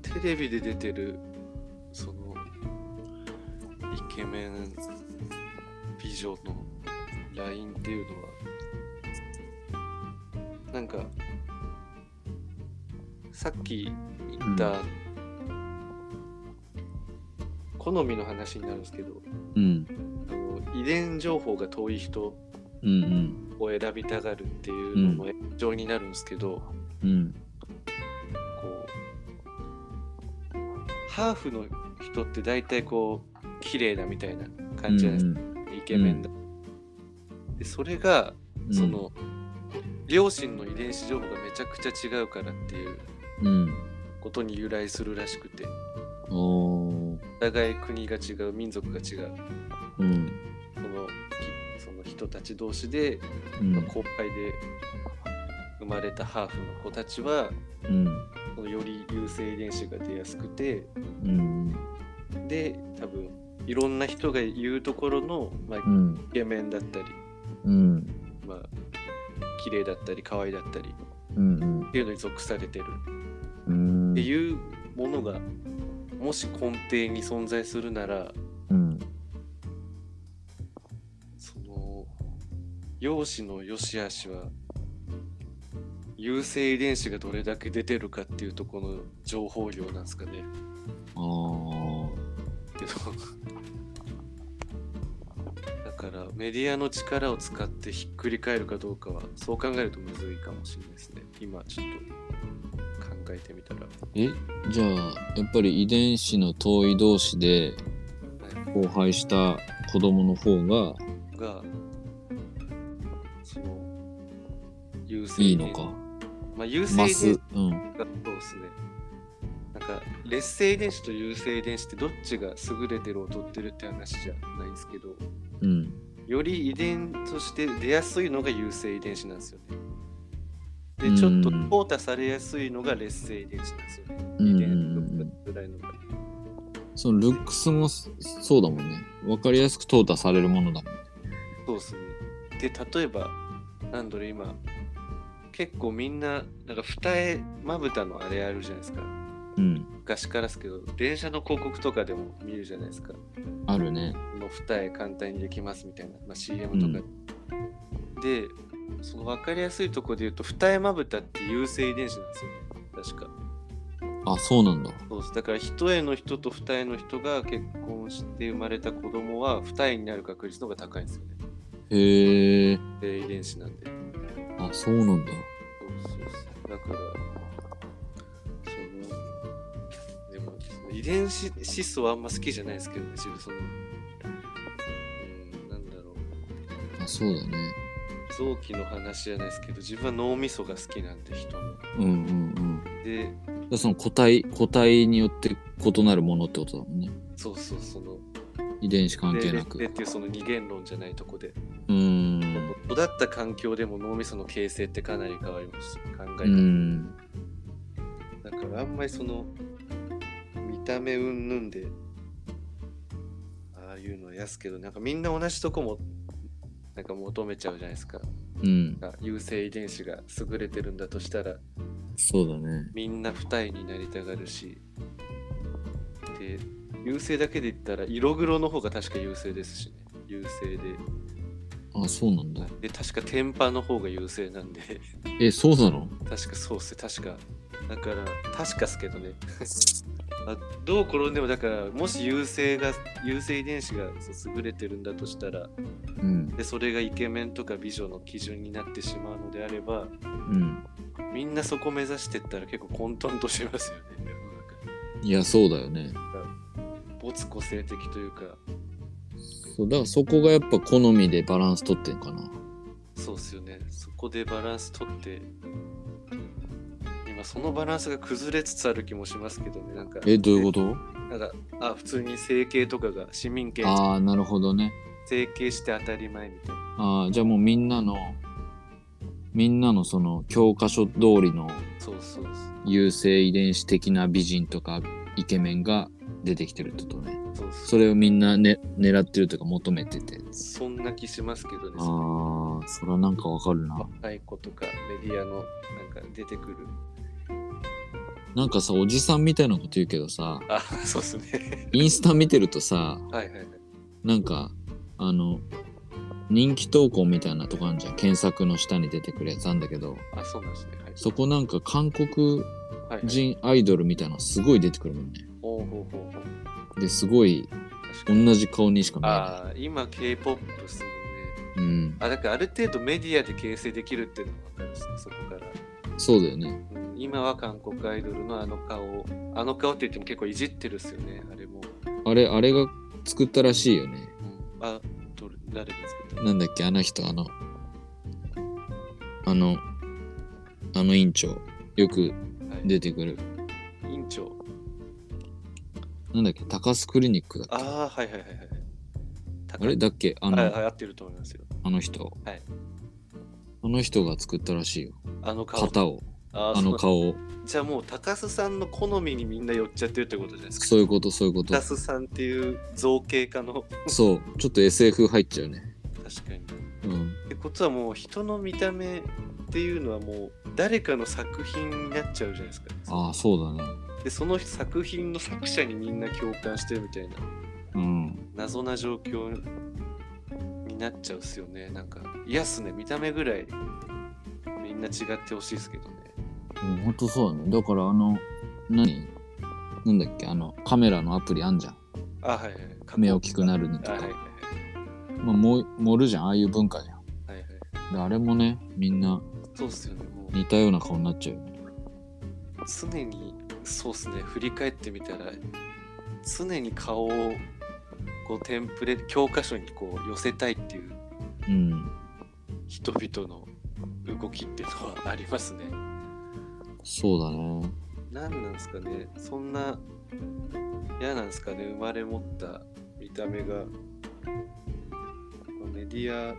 Speaker 2: テレビで出てる、その、イケメン美女のラインっていうのは、なんか、さっき言った、
Speaker 1: う
Speaker 2: 好みの話になるんですけど、
Speaker 1: うん
Speaker 2: あの遺伝情報が遠い人
Speaker 1: うん
Speaker 2: を選びたがるっていうのも延長になるんですけど、こ
Speaker 1: うんうん
Speaker 2: うハーフの人って大体こう綺麗だみたいな感じじゃないですか、
Speaker 1: う
Speaker 2: イケメンだ、でそれが
Speaker 1: ん
Speaker 2: その、両親の遺伝子情報がめちゃくちゃ違うからっていう
Speaker 1: うん
Speaker 2: ことに由来するらしくて
Speaker 1: おー
Speaker 2: お互い国が違う民族が違う
Speaker 1: うん
Speaker 2: そのきその人たち同士で
Speaker 1: うん
Speaker 2: 公開で生まれたハーフの子たちは
Speaker 1: うん
Speaker 2: そのより優性遺伝子が出やすくて
Speaker 1: うん
Speaker 2: で多分いろんな人が言うところの、まあ、
Speaker 1: う
Speaker 2: イ
Speaker 1: ん
Speaker 2: ケメンだったり、
Speaker 1: うん
Speaker 2: まあ綺麗だったり可愛いだったりっ
Speaker 1: うんうん
Speaker 2: ていうのに属されてる
Speaker 1: うん
Speaker 2: っていうものがもし根底に存在するなら
Speaker 1: うん
Speaker 2: その容姿の良し悪しは優性遺伝子がどれだけ出てるかっていうところの情報量なんですかね。
Speaker 1: あー
Speaker 2: けど だからメディアの力を使ってひっくり返るかどうかはそう考えるとむずいかもしれないですね今ちょっと考えてみたら、
Speaker 1: えじゃあやっぱり遺伝子の遠い同士で
Speaker 2: は
Speaker 1: 交配した子供の方が
Speaker 2: い、がその優性
Speaker 1: いいのか
Speaker 2: まあ優性
Speaker 1: マ
Speaker 2: 遺伝
Speaker 1: ス
Speaker 2: 子
Speaker 1: うん
Speaker 2: がそうですねなんか劣性遺伝子と優性遺伝子ってどっちが優れてるを取ってるって話じゃないんですけど
Speaker 1: うん
Speaker 2: より遺伝として出やすいのが優性遺伝子なんですよね。
Speaker 1: う
Speaker 2: で、
Speaker 1: ん
Speaker 2: ちょっと淘汰されやすいのが劣性遺伝子なんですよね。
Speaker 1: う
Speaker 2: 遺
Speaker 1: んう
Speaker 2: 伝
Speaker 1: ん
Speaker 2: 子ぐらいのが。
Speaker 1: そのルックスもそそうだもんねわかりやすく淘汰されるものだもん
Speaker 2: そうですね。で、例えば、なんだろう、今、結構みんな、なんか二重まぶたのあれあるじゃないですか。
Speaker 1: うん
Speaker 2: 昔からですけど、電車の広告とかでも見るじゃないですか。
Speaker 1: あるね
Speaker 2: この二重簡単にできますみたいな、まあ、CM とか、で、その分かりやすいところで言うと、二重まぶたって優性遺伝子なんですよね。確か。
Speaker 1: あそうなんだ
Speaker 2: そうですだから一重の人と二重の人が結婚して生まれた子供は二重になる確率の方が高いんですよね。
Speaker 1: へえ
Speaker 2: で遺伝子なんで。
Speaker 1: あそうなんだ
Speaker 2: そうそうそうだからそのでもその遺伝子質素はあんま好きじゃないですけどね自分そのうんなんだろう
Speaker 1: あそうだね
Speaker 2: 臓器の話じゃないですけど自分は脳みそが好きなんで人の
Speaker 1: うんうん
Speaker 2: で
Speaker 1: うんでその個体個体によって異なるものってことだもんね
Speaker 2: そうそうその
Speaker 1: 遺伝子関係な
Speaker 2: で
Speaker 1: く
Speaker 2: っていうその二元論じゃないとこで
Speaker 1: うーん
Speaker 2: 育った環境でも脳みその形成ってかなり変わります考え
Speaker 1: う
Speaker 2: 方、
Speaker 1: ん
Speaker 2: だからあんまりその見た目うんぬんでああいうのやすけどなんかみんな同じとこもなんか求めちゃうじゃないですか
Speaker 1: うん
Speaker 2: なんか優性遺伝子が優れてるんだとしたら
Speaker 1: そうだね
Speaker 2: みんな二重になりたがるしで優性だけで言ったら色黒の方が確か優性ですしね優性で
Speaker 1: あそうなんだ
Speaker 2: で確か天パの方が優性なんで
Speaker 1: えそうなの
Speaker 2: 確かそうっす確かだから確かっすけどね あどう転んでもだからもし優性が優性遺伝子がそう優れてるんだとしたら
Speaker 1: うん
Speaker 2: でそれがイケメンとか美女の基準になってしまうのであれば
Speaker 1: うん
Speaker 2: みんなそこ目指してったら結構混沌としますよね
Speaker 1: いやそうだよね
Speaker 2: 没個性的というか
Speaker 1: そうだからそこがやっぱ好みでバランス取ってんかな
Speaker 2: そうっすよねそこでバランス取って今そのバランスが崩れつつある気もしますけどねなんか
Speaker 1: えどういうこと
Speaker 2: なんかあ普通に整形とかが市民権
Speaker 1: ああなるほどね
Speaker 2: 整形して当たり前みたいな
Speaker 1: ああじゃあもうみんなのみんなのその教科書通りの
Speaker 2: そうそうそう
Speaker 1: 優性遺伝子的な美人とかイケメンが出てきてるってことね
Speaker 2: そうそう
Speaker 1: それをみんな、ね、狙ってるというか求めてて
Speaker 2: そんな気しますけどね。
Speaker 1: ああそれはなんかわかるな
Speaker 2: 若い子とかメディアのなんか出てくる。
Speaker 1: なんかさおじさんみたいなこと言うけどさ
Speaker 2: あ、 そうですね。
Speaker 1: インスタ見てるとさ
Speaker 2: はいはいはい。
Speaker 1: なんかあの人気投稿みたいなとこあるじゃん検索の下に出てくるやつなんだけど
Speaker 2: あ、そうなんですね。はい。
Speaker 1: そこなんか韓国
Speaker 2: はいはい、
Speaker 1: 人アイドルみたいなのすごい出てくるもんね
Speaker 2: ほうほうほうほう。
Speaker 1: ですごい
Speaker 2: 確かに。
Speaker 1: 同じ顔にしか見えな
Speaker 2: ああ、今 K-POP ですもんね。
Speaker 1: い、うん、
Speaker 2: あ、だからある程度メディアで形成できるっていうのが分かるっすね、そこから。
Speaker 1: そうだよね
Speaker 2: うん今は韓国アイドルのあの顔、あの顔って言っても結構いじってるっすよね、あれも。
Speaker 1: あれあれが作ったらしいよね
Speaker 2: うん、あ、どれ誰が作ったの
Speaker 1: なんだっけあの人あのあのあの委員長よく
Speaker 2: はい
Speaker 1: 出てくる
Speaker 2: 委員長。
Speaker 1: なんだっけ高須クリニックだっけ
Speaker 2: ああ、はいはいはいはい。
Speaker 1: あれだっけあ
Speaker 2: あ
Speaker 1: の、
Speaker 2: はいはい、合ってると思いますよ。
Speaker 1: あの人、
Speaker 2: はい
Speaker 1: あの人が作ったらしいよ
Speaker 2: あの顔。
Speaker 1: 型を
Speaker 2: あー
Speaker 1: あの
Speaker 2: そう
Speaker 1: 顔を
Speaker 2: じゃあもう高須さんの好みにみんな寄っちゃってるってことじゃないですか。
Speaker 1: そういうことそういうこと
Speaker 2: 高須さんっていう造形家の
Speaker 1: そうちょっと SF 入っちゃうね
Speaker 2: 確かに。っ
Speaker 1: うん
Speaker 2: てことはもう人の見た目っていうのはもう誰かの作品になっちゃうじゃないですか。
Speaker 1: ああそうだね
Speaker 2: でその作品の作者にみんな共感してるみたいな
Speaker 1: うん
Speaker 2: 謎な状況になっちゃうっすよね。なんか嫌っすね。見た目ぐらいみんな違ってほしいですけどね。
Speaker 1: うんほんとそうだねだからあの何なんだっけあのカメラのアプリあんじゃん
Speaker 2: あ、はいはい。
Speaker 1: 目大きく
Speaker 2: る
Speaker 1: なるのと
Speaker 2: あ、
Speaker 1: か、
Speaker 2: はいはい
Speaker 1: まあ、も盛るじゃんああいう文化じゃん
Speaker 2: はいはい。
Speaker 1: であれもねみんな
Speaker 2: そうっすよね。もう
Speaker 1: 似たような顔になっちゃうよね
Speaker 2: 常にそうですね振り返ってみたら常に顔をこうテンプレ教科書にこう寄せたいっていう
Speaker 1: うん
Speaker 2: 人々の動きっていうのはありますね。
Speaker 1: そうだね
Speaker 2: 何なんですかねそんな嫌なんですかね生まれ持った見た目がメディア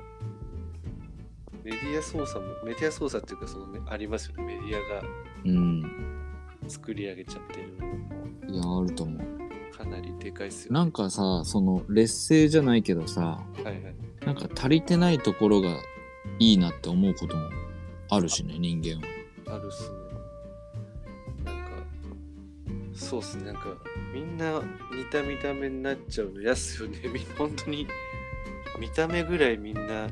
Speaker 2: メディア操作もメディア操作っていうかそのねありますよねメディアが
Speaker 1: うん
Speaker 2: 作り上げちゃってるのも
Speaker 1: いやあると思う
Speaker 2: かなりでかいっすよね。
Speaker 1: なんかさその劣勢じゃないけどさ
Speaker 2: はいはい
Speaker 1: なんか足りてないところがいいなって思うこともあるしね人間は
Speaker 2: あるっすね。なんか、そうっすね。なんか、みんな似た見た目になっちゃうの嫌っすよね。 みんな本当に、見た目ぐらいみんな違っ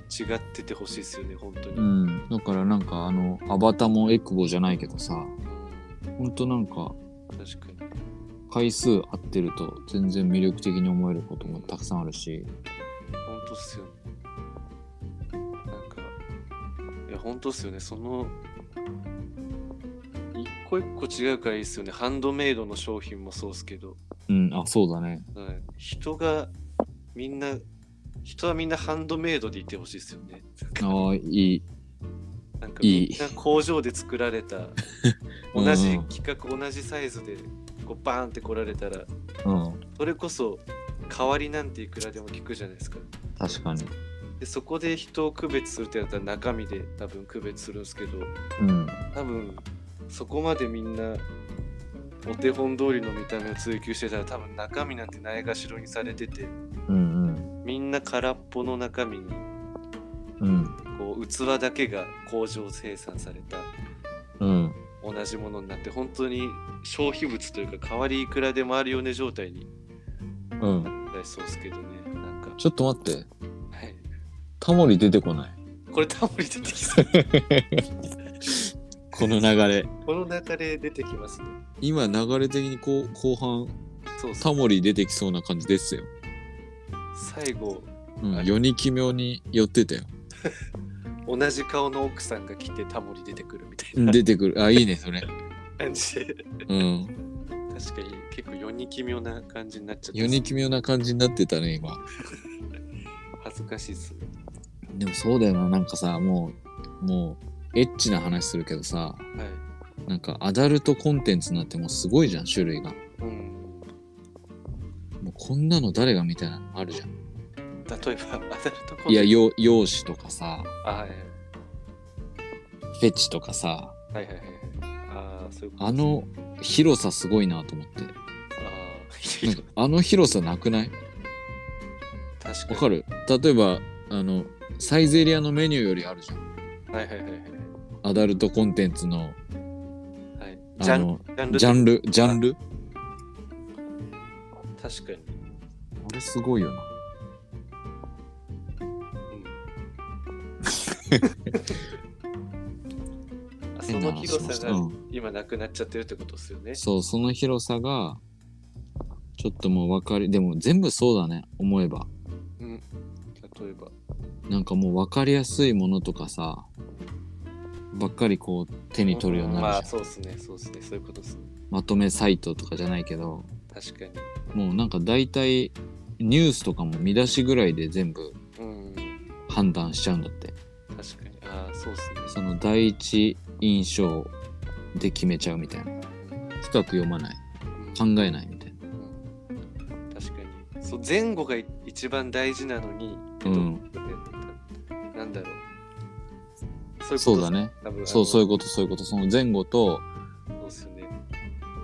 Speaker 2: ててほしいっすよね、本当に。
Speaker 1: う
Speaker 2: うん
Speaker 1: んだからなんかあのアバタもエクボじゃないけどさほんとなんか
Speaker 2: 確かに。
Speaker 1: 回数合ってると全然魅力的に思えることもたくさんあるし
Speaker 2: 本当っすよね。なんか、いや、本当っすよね。その、一個一個違うからいいっすよね。ハンドメイドの商品もそうっすけど、
Speaker 1: うんあそうだね
Speaker 2: はい、人がみんな、人はみんなハンドメイドでいてほしいっすよね。
Speaker 1: ああいい
Speaker 2: なんか
Speaker 1: いい
Speaker 2: みんな工場で作ら れた、
Speaker 1: うん
Speaker 2: 同じ規格、同じサイズで、こうバーンって来られたら、
Speaker 1: うん
Speaker 2: それこそ代わりなんていくらでも聞くじゃないですか。
Speaker 1: 確かに
Speaker 2: でそこで人を区別するってやったら中身で多分区別するんですけど
Speaker 1: うん
Speaker 2: 多分そこまでみんなお手本通りの見た目を追求してたら多分中身なんてないがしろにされてて
Speaker 1: うんうん
Speaker 2: みんな空っぽの中身に
Speaker 1: うん
Speaker 2: こう器だけが工場生産された
Speaker 1: うん
Speaker 2: 同じものになって本当に消費物というか代わりいくらでもあるよね状態に
Speaker 1: うん
Speaker 2: なりそうですけどねなんか、
Speaker 1: ちょっと待って
Speaker 2: はい、
Speaker 1: タモリ出て こない
Speaker 2: これタモリ出てきそう
Speaker 1: この流れ
Speaker 2: この中で出てきますね
Speaker 1: 今流れ的にこう後半
Speaker 2: そうっす
Speaker 1: タモリ出てきそうな感じですよ、
Speaker 2: 最後
Speaker 1: うん
Speaker 2: は、い
Speaker 1: 世に奇妙に寄ってたよ
Speaker 2: 同じ顔の奥さんが来てタモリ出てくるみたいな
Speaker 1: 出てくるあいいねそれ
Speaker 2: 感じで
Speaker 1: うん
Speaker 2: 確かに結構世に奇妙な感じになっちゃって
Speaker 1: 世に奇妙な感じになってたね今
Speaker 2: 恥ずかしいっす
Speaker 1: でもそうだよななんかさもうもうエッチな話するけどさ
Speaker 2: はい
Speaker 1: なんかアダルトコンテンツになってもうすごいじゃん種類が
Speaker 2: うん
Speaker 1: もうこんなの誰がみたいなのあるじゃん
Speaker 2: 例えばアダルトコン
Speaker 1: いや
Speaker 2: よ
Speaker 1: よ容姿とかさ
Speaker 2: はい
Speaker 1: フェチとかさ
Speaker 2: はいはいはいはいああそういうこと
Speaker 1: あの広さすごいなと思って
Speaker 2: あ
Speaker 1: な
Speaker 2: ー
Speaker 1: んかあの広さなくない
Speaker 2: 確かに
Speaker 1: わかる例えばあのサイゼリアのメニューよりあるじゃん
Speaker 2: はいはいはいはい
Speaker 1: アダルトコンテンツの
Speaker 2: はいジ
Speaker 1: あ
Speaker 2: ャン
Speaker 1: の
Speaker 2: ジャンル
Speaker 1: ジャンルジャンル
Speaker 2: 確かに、
Speaker 1: あれすごいよな
Speaker 2: うん、あその広さが今なくなっちゃってるってことですよね
Speaker 1: そうその広さがちょっともう分かりでも全部そうだね思えば
Speaker 2: うん例えば
Speaker 1: なんかもう分かりやすいものとかさばっかりこう手に取るようになる
Speaker 2: ま
Speaker 1: じゃん
Speaker 2: あ、そうですねそうですねそういうことですね
Speaker 1: まとめサイトとかじゃないけど
Speaker 2: 確かに
Speaker 1: もうなんか大体ニュースとかも見出しぐらいで全部
Speaker 2: うん
Speaker 1: 判断しちゃうんだって
Speaker 2: 確かにああそうっすね
Speaker 1: その第一印象で決めちゃうみたいな深く読まない考えないみたいな
Speaker 2: うん確かにそう前後がい一番大事なのに、
Speaker 1: うん
Speaker 2: えなんだろう
Speaker 1: そうだ
Speaker 2: ね
Speaker 1: ね
Speaker 2: 多分
Speaker 1: そうそういう
Speaker 2: う
Speaker 1: ことそういうことその前後と
Speaker 2: そうっすよね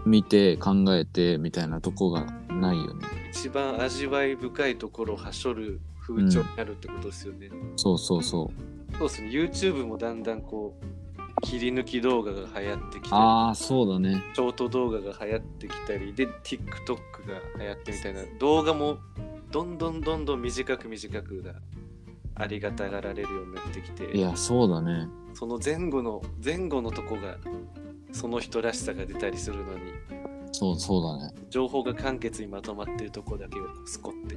Speaker 1: 見て考えてみたいなとこがないよね
Speaker 2: 一番味わい深いところをはしょる風潮になるってことですよね、
Speaker 1: そうそうそう
Speaker 2: そうっすね YouTube もだんだんこう切り抜き動画が流行ってきたり
Speaker 1: ああそうだね
Speaker 2: ショート動画が流行ってきたりで TikTok が流行ってみたいな動画もどんどんどんどん短く短くがありがたがられるようになってきて
Speaker 1: いやそうだね
Speaker 2: その前後の前後のとこがその人らしさが出たりするのに
Speaker 1: そうそうだね
Speaker 2: 情報が簡潔にまとまってるとこだけをこうスコって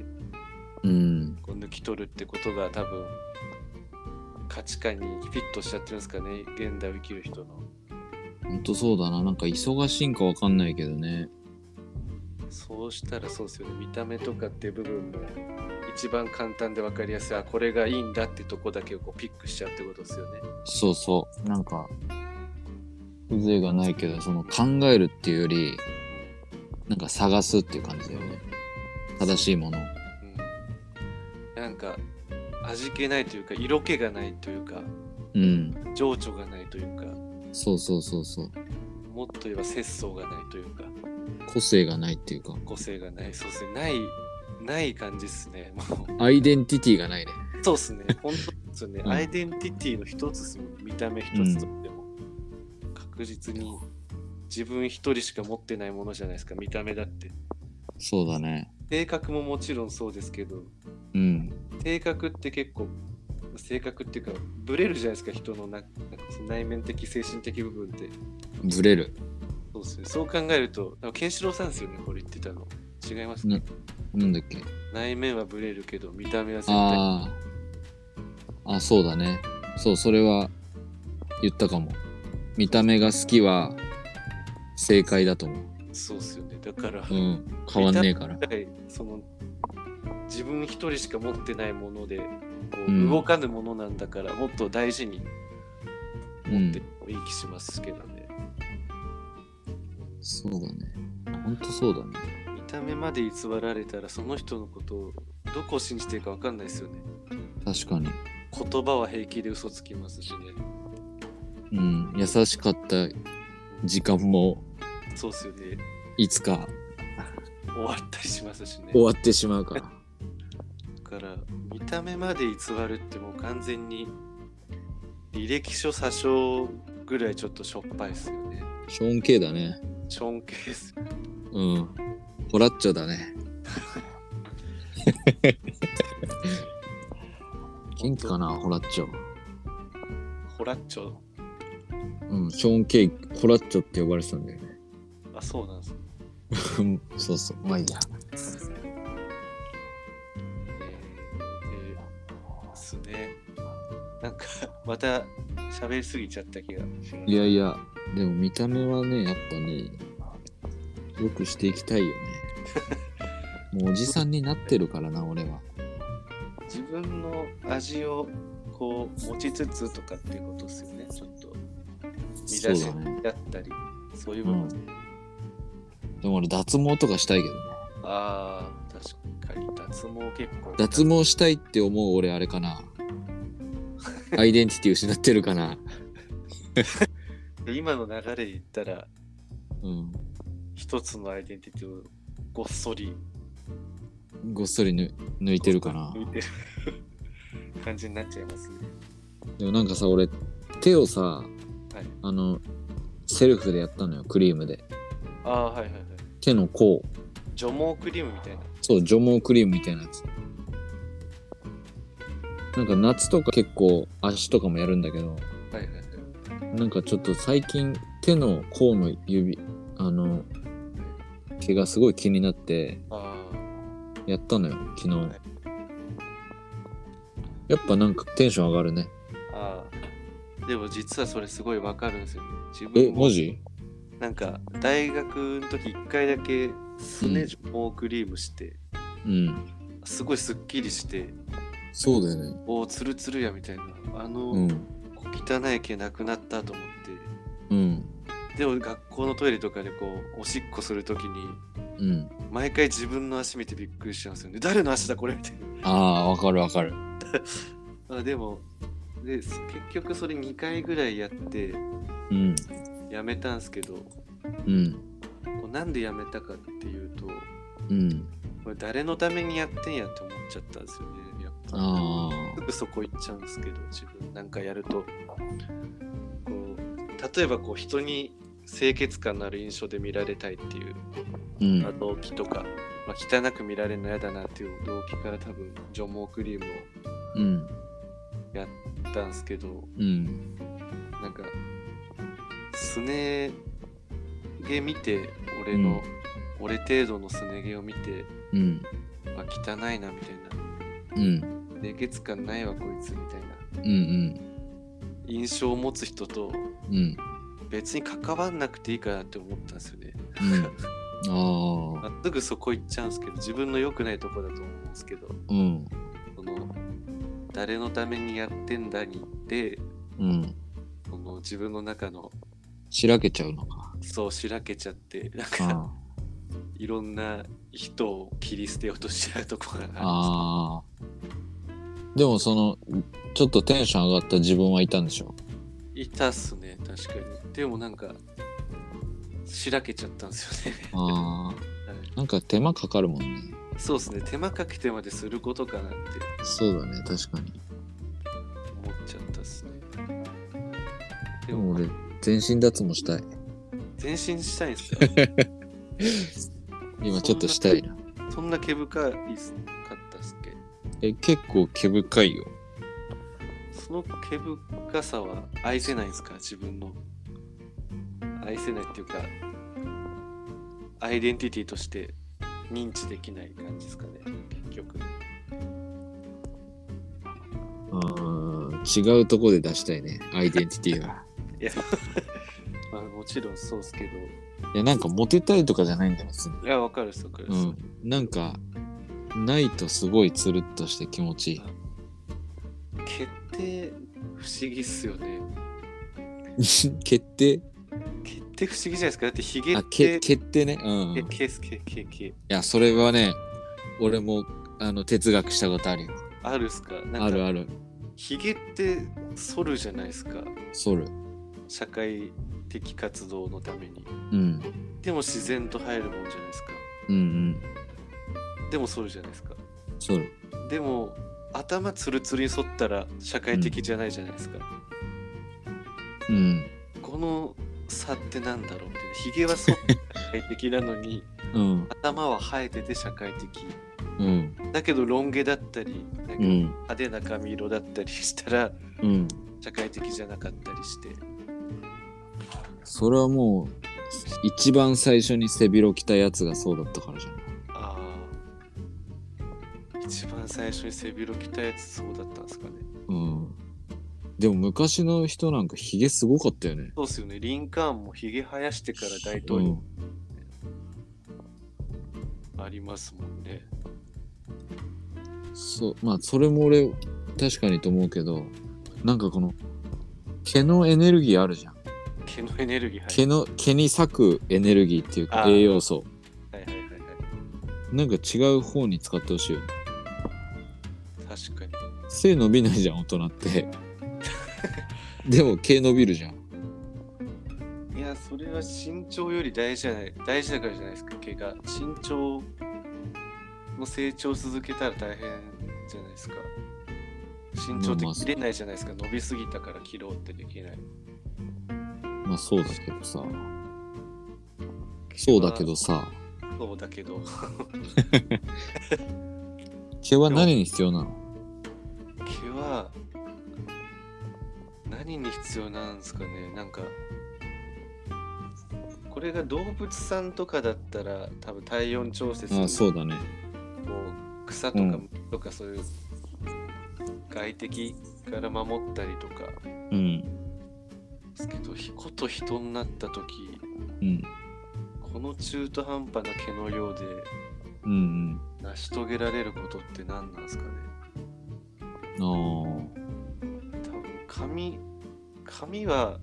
Speaker 1: うん
Speaker 2: こう抜き取るってことが多分価値観にフィットしちゃってるんですかね現代を生きる人の
Speaker 1: ほんとそうだななんか忙しいんかわかんないけどね
Speaker 2: そうしたらそうですよね見た目とかっていう部分も一番簡単で分かりやすいあこれがいいんだってとこだけをこうピックしちゃうってことですよね
Speaker 1: そうそうなんか風情がないけどその考えるっていうよりなんか探すっていう感じだよね正しいもの
Speaker 2: うんなんか味気ないというか色気がないというか
Speaker 1: うん
Speaker 2: 情緒がないというか
Speaker 1: そうそうそうそう
Speaker 2: もっと言えば節操がないというか
Speaker 1: 個性がないっていうか
Speaker 2: 個性がないそうですねないない感じですねも
Speaker 1: アイデンティティがないね
Speaker 2: うそう ですね本当ですよね、
Speaker 1: うん
Speaker 2: アイデンティティの一つですもんね見た目一つとっても、確実に自分一人しか持ってないものじゃないですか見た目だって
Speaker 1: そうだね
Speaker 2: 性格ももちろんそうですけど
Speaker 1: うん
Speaker 2: 性格って結構性格っていうかブレるじゃないですか人のななんかその内面的精神的部分って
Speaker 1: ブレる
Speaker 2: そうですね。そう考えると、多分ケンシロウさんですよね、これ言ってたの。違いますね。
Speaker 1: なんだっけ
Speaker 2: 内面はブレるけど、見た目は絶対。
Speaker 1: ああ。あ、そうだね。そう、それは言ったかも。見た目が好きは正解だと思
Speaker 2: そうですよね。だから、
Speaker 1: う。うん。変わんねえから。
Speaker 2: 見た目以外その自分一人しか持ってないもので、こ
Speaker 1: う
Speaker 2: うん動かぬものなんだから、もっと大事に
Speaker 1: う
Speaker 2: 持っ
Speaker 1: ん
Speaker 2: て。もいい気しますけどね。
Speaker 1: そうだね。ほんとそうだね。
Speaker 2: 見た目まで偽られたら、その人のことをどこを信じていいか分かんないですよね。
Speaker 1: 確かに。
Speaker 2: 言葉は平気で嘘つきますしね。
Speaker 1: うん。優しかった時間も
Speaker 2: そうですよね。
Speaker 1: いつか
Speaker 2: 終わったりしますしね。
Speaker 1: 終わってしまう から。
Speaker 2: だから見た目まで偽るってもう完全に履歴書詐称ぐらいちょっとしょっぱいですよね。
Speaker 1: ショーン K だね。
Speaker 2: ショーンケース。
Speaker 1: うん。ホラッチョだ ね。元気かな、ホラッチョ。
Speaker 2: ホラッチョ。
Speaker 1: うん、ショーン・ケイ、ホラッチョって呼ばれてたん だよね。
Speaker 2: あ、そうなんですね。
Speaker 1: うんそうそう、まあいいや。
Speaker 2: えーですね。なんか、また喋りすぎちゃった気がします。
Speaker 1: いやいや、でも見た目はね、やっぱね、よくしていきたいよね。もうおじさんになってるからな、俺は。
Speaker 2: 自分の味をこう持ちつつとかっていうことですよね。ちょっと見
Speaker 1: そう
Speaker 2: 出し
Speaker 1: だね。
Speaker 2: だったり、そういう
Speaker 1: う
Speaker 2: もの
Speaker 1: ん。。でも俺、脱毛とかしたいけどね。
Speaker 2: ああ、確かに脱毛結構。
Speaker 1: 脱毛したいって思う俺、あれかな。アイデンティティ失ってるかな。
Speaker 2: で今の流れで言ったら、
Speaker 1: うん。
Speaker 2: 一つのアイデンティティをごっそり
Speaker 1: ごっそりぬ抜いてるかな。
Speaker 2: 抜いてる 感じになっちゃいますね。
Speaker 1: でもなんかさ、俺、手をさ、あの、セルフでやったのよ、クリームで。
Speaker 2: ああ、はいはいはい。
Speaker 1: 手の甲。
Speaker 2: 除毛クリームみたいな。
Speaker 1: そう、除毛クリームみたいなやつ。なんか夏とか結構足とかもやるんだけど、
Speaker 2: はいはいはい。
Speaker 1: なんかちょっと最近手の甲の指、あの、毛がすごい気になって
Speaker 2: あ
Speaker 1: やったのよ、昨
Speaker 2: は
Speaker 1: 日
Speaker 2: い。
Speaker 1: やっぱなんかテンション上がるね。
Speaker 2: あ、ああ。でも実はそれすごいわかるんですよね。自
Speaker 1: え、
Speaker 2: 分も
Speaker 1: マジ
Speaker 2: なんか大学の時一回だけすね除毛クリームして、
Speaker 1: うん。
Speaker 2: すごいすっきりして、
Speaker 1: そうだよね。
Speaker 2: おお、ツルツルやみたいな。あの、
Speaker 1: うん。
Speaker 2: 汚い毛なくなったと思っ
Speaker 1: うん。
Speaker 2: てでも学校のトイレとかでこうおしっこするときに
Speaker 1: うん。
Speaker 2: 毎回自分の足見てびっくりしちゃうんですよね誰の足だこれみたい
Speaker 1: ああ、わかるわかる。
Speaker 2: なあでもです結局それ2回ぐらいやって
Speaker 1: うん。
Speaker 2: やめたんですけどこ
Speaker 1: うん。
Speaker 2: うなんでやめたかっていうと
Speaker 1: うん。
Speaker 2: これ誰のためにやってんやって思っちゃったんですよねやっ
Speaker 1: あ
Speaker 2: ぱすぐそこ行っちゃうんですけど自分なんかやるとこう例えばこう人に清潔感のある印象で見られたいってい
Speaker 1: あ。
Speaker 2: う
Speaker 1: うん。
Speaker 2: あ動機とか、まあ、汚く見られるの嫌だなっていう動機から多分除毛クリーム
Speaker 1: うん。
Speaker 2: をやったんですけど
Speaker 1: うん。
Speaker 2: なんかすね毛見て俺の、俺程度のすね毛を見て、
Speaker 1: うん。
Speaker 2: まあ、汚いなみたい
Speaker 1: うん。
Speaker 2: な清潔感ないわこいつみたいな
Speaker 1: うん。
Speaker 2: 印象を持つ人と
Speaker 1: うん。
Speaker 2: 別に関わんなくていいかなって思ったんですよね。
Speaker 1: うん。ああ。
Speaker 2: まあすぐそこ行っちゃうんですけど自分の良くないとこだと思うんですけど
Speaker 1: うん。
Speaker 2: その誰のためにやってんだに行って
Speaker 1: うん。
Speaker 2: その自分の中の
Speaker 1: しらけちゃうのか。
Speaker 2: そうしらけちゃってなんか
Speaker 1: あ
Speaker 2: いろんな人を切り捨てようとしちゃうとこがあ
Speaker 1: あ。でもその、ちょっとテンション上がった自分はいたんでしょ
Speaker 2: るいたっすね確かにでもなんかしらけちゃったんですよね、
Speaker 1: ああ。
Speaker 2: はい
Speaker 1: なんか手間かかるもんね。
Speaker 2: そうですね手間かけてまですることかなって
Speaker 1: そうだね、確かに。
Speaker 2: 思っちゃったっすねで
Speaker 1: でも
Speaker 2: も
Speaker 1: 俺、全身脱毛したい。
Speaker 2: 前進したい んすか
Speaker 1: 今ちょっとしたいな。
Speaker 2: そんな毛深いっすかったっすっけ
Speaker 1: え、結構毛深いよ。
Speaker 2: その毛深さは愛せないんですか自分の愛せないっていうかアイデンティティとして認知できない感じですかね結局
Speaker 1: 違うとこで出したいねアイデンティティは
Speaker 2: いやまあもちろんそうですけど
Speaker 1: いやなんかモテたいとかじゃないんだよ別に
Speaker 2: いやわかるっすわかるっ
Speaker 1: う
Speaker 2: す、
Speaker 1: んなんかないとすごいつるっとして気持ちいい
Speaker 2: 決定不思議っすよね
Speaker 1: 決定
Speaker 2: 決定不思議じゃないですかだってヒゲっ
Speaker 1: あけ
Speaker 2: て
Speaker 1: 決定ねうん
Speaker 2: え
Speaker 1: い
Speaker 2: ケースケケケ
Speaker 1: やそれはね俺もあの哲学したことあるよ
Speaker 2: あるっすかなんか
Speaker 1: あるある
Speaker 2: ヒゲって剃るじゃないですか
Speaker 1: そる
Speaker 2: 社会的活動のために
Speaker 1: うん
Speaker 2: でも自然と生えるもんじゃないですか
Speaker 1: うんうん
Speaker 2: でも剃るじゃないですか
Speaker 1: そる
Speaker 2: でも頭つるつるに剃ったら社会的じゃないじゃないですか、
Speaker 1: うん
Speaker 2: この差ってなんだろうみたいなヒゲは剃って社会的なのに
Speaker 1: うん
Speaker 2: 頭は生えてて社会的
Speaker 1: うん
Speaker 2: だけどロン毛だったりなんか
Speaker 1: うん
Speaker 2: 派手な髪色だったりしたら
Speaker 1: うん
Speaker 2: 社会的じゃなかったりして
Speaker 1: それはもう一番最初に背広着たやつがそうだったからじゃん
Speaker 2: ああ一番最初に背広着たやつそうだったんですかね
Speaker 1: うんでも昔の人なんかヒゲすごかったよね
Speaker 2: そうっすよねリンカーンもヒゲ生やしてから大統領ありますもんね、
Speaker 1: うんそうまあそれも俺確かにと思うけどなんかこの毛のエネルギーあるじゃん
Speaker 2: 毛のエネルギー入
Speaker 1: 毛
Speaker 2: る
Speaker 1: の毛に咲くエネルギーっていうか
Speaker 2: あー
Speaker 1: 栄養素
Speaker 2: はいはいはいはい
Speaker 1: なんか違う方に使ってほしいよね
Speaker 2: 確かに
Speaker 1: 背伸びないじゃん大人って でも毛伸びるじゃん
Speaker 2: いや、それは身長より大事じゃない、大事だからじゃないですか、毛が。身長の成長を続けたら大変じゃないですか。身長って
Speaker 1: まあまあ
Speaker 2: 切れないじゃないですか、伸びすぎたから切ろうってできない。
Speaker 1: まあそうだけどさそうだけどさ
Speaker 2: そうだけど、
Speaker 1: 毛は何に必要なの
Speaker 2: 毛は何に必要なんですかね、なんか、これが動物さんとかだったら、多分体温調節
Speaker 1: ああそうだね
Speaker 2: こう草とか
Speaker 1: うん
Speaker 2: 虫とかそういう外敵から守ったりとか
Speaker 1: うん
Speaker 2: ですけど、ひこと人になった時
Speaker 1: うん
Speaker 2: この中途半端な毛の量で
Speaker 1: うんうん
Speaker 2: 成し遂げられることって何なんですかね
Speaker 1: ああ
Speaker 2: 多分髪髪は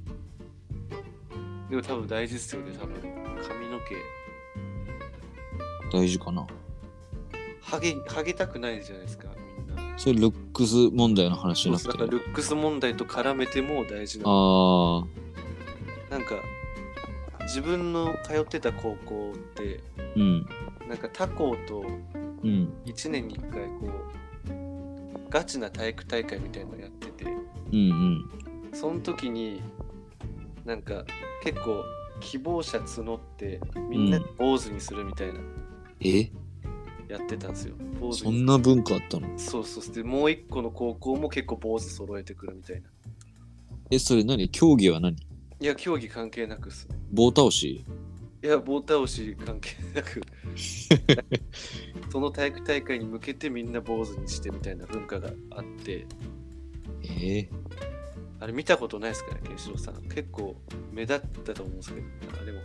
Speaker 2: でも多分大事ですよね多分髪の毛
Speaker 1: 大事かな
Speaker 2: ハゲハゲたくないじゃないですかみんな
Speaker 1: それルックス問題の話じゃな
Speaker 2: そう
Speaker 1: く
Speaker 2: だから
Speaker 1: て
Speaker 2: ルックス問題と絡めても大事な
Speaker 1: ああ
Speaker 2: なんか自分の通ってた高校って
Speaker 1: うん
Speaker 2: なんか他校と
Speaker 1: うん
Speaker 2: 1年に1回こうガチな体育大会みたいなのやってて
Speaker 1: うん
Speaker 2: その時になんか結構希望者募ってみんなで坊主にするみたいな
Speaker 1: え
Speaker 2: やってたんですよ。坊主
Speaker 1: そ
Speaker 2: に
Speaker 1: んな文化あったの
Speaker 2: そうそうでもう一個の高校も結構坊主揃えてくるみたいな。
Speaker 1: えそれ何競技は何
Speaker 2: いや競技関係なくっすね。
Speaker 1: 棒倒し
Speaker 2: いや棒倒し関係な くその体育大会に向けてみんな坊主にしてみたいな文化があって。
Speaker 1: ええ
Speaker 2: あれ見たことないですかね、ケンシロウさん。結構目立ったと思うんですけど、あでも、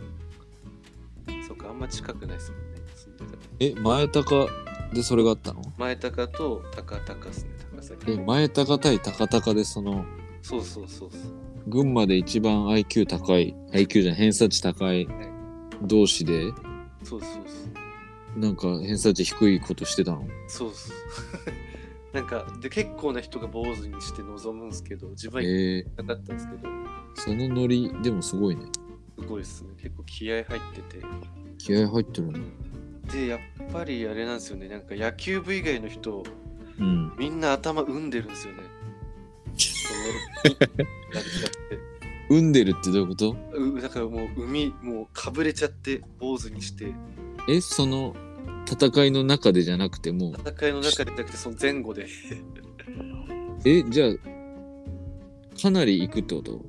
Speaker 2: そっか、あんま近くないですもんね、住んでたら。
Speaker 1: え前高でそれがあったの
Speaker 2: 前高と高高ですね、高崎。
Speaker 1: え前高対高高でその
Speaker 2: そうそうそうそう。
Speaker 1: 群馬で一番 IQ 高い IQ じゃない偏差値高い同士で
Speaker 2: そうそう
Speaker 1: なんか偏差値低いことしてたの
Speaker 2: そう。そうそう なんか、で、結構な人が坊主にして臨むんですけど、自分は行
Speaker 1: ええ
Speaker 2: かなかったんですけど、
Speaker 1: そのノリでもすごいね
Speaker 2: すごいですね。結構気合入ってて。
Speaker 1: 気合入ってるね
Speaker 2: で、やっぱりあれなんですよね、なんか野球部以外の人、
Speaker 1: うん
Speaker 2: みんな頭産んでるんですよね。 そのやっちゃって
Speaker 1: 産んでるってどういうこと
Speaker 2: うだからもう海もうかぶれちゃって坊主にして
Speaker 1: えその戦いの中でじゃなくてもう
Speaker 2: 戦いの中でなくてその前後で
Speaker 1: えじゃあかなり行くってこと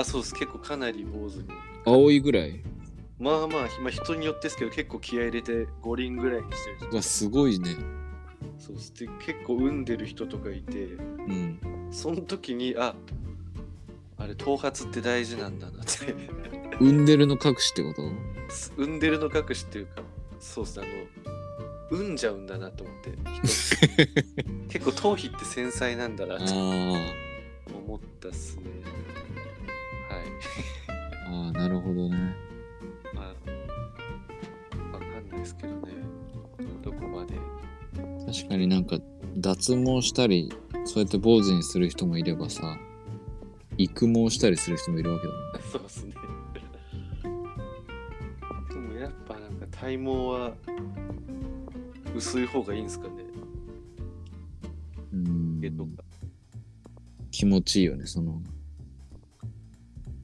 Speaker 2: あそうです結構かなり坊主に
Speaker 1: 青いぐらい
Speaker 2: まあまあ、まあ、人によってですけど結構気合い入れて5輪ぐらいにしてる人
Speaker 1: うわすごいね。
Speaker 2: そうして結構産んでる人とかいて
Speaker 1: うん。
Speaker 2: その時にああれ頭髪って大事なんだなって
Speaker 1: 産んでるの隠しってこと
Speaker 2: 産んでるの隠しっていうかそうっすねあの産んじゃうんだなと思って人結構頭皮って繊細なんだな
Speaker 1: あ
Speaker 2: って
Speaker 1: ー
Speaker 2: 思ったっすねは
Speaker 1: あー、
Speaker 2: い
Speaker 1: なるほどね。
Speaker 2: まあわかんないですけどねどこまで
Speaker 1: 確かになんか脱毛したり、そうやって坊主にする人もいればさ、育毛したりする人もいるわけだもんね。
Speaker 2: そうですね。でもやっぱなんか体毛は薄い方がいいんですかね。
Speaker 1: う
Speaker 2: 毛とか
Speaker 1: ん。気持ちいいよね、その。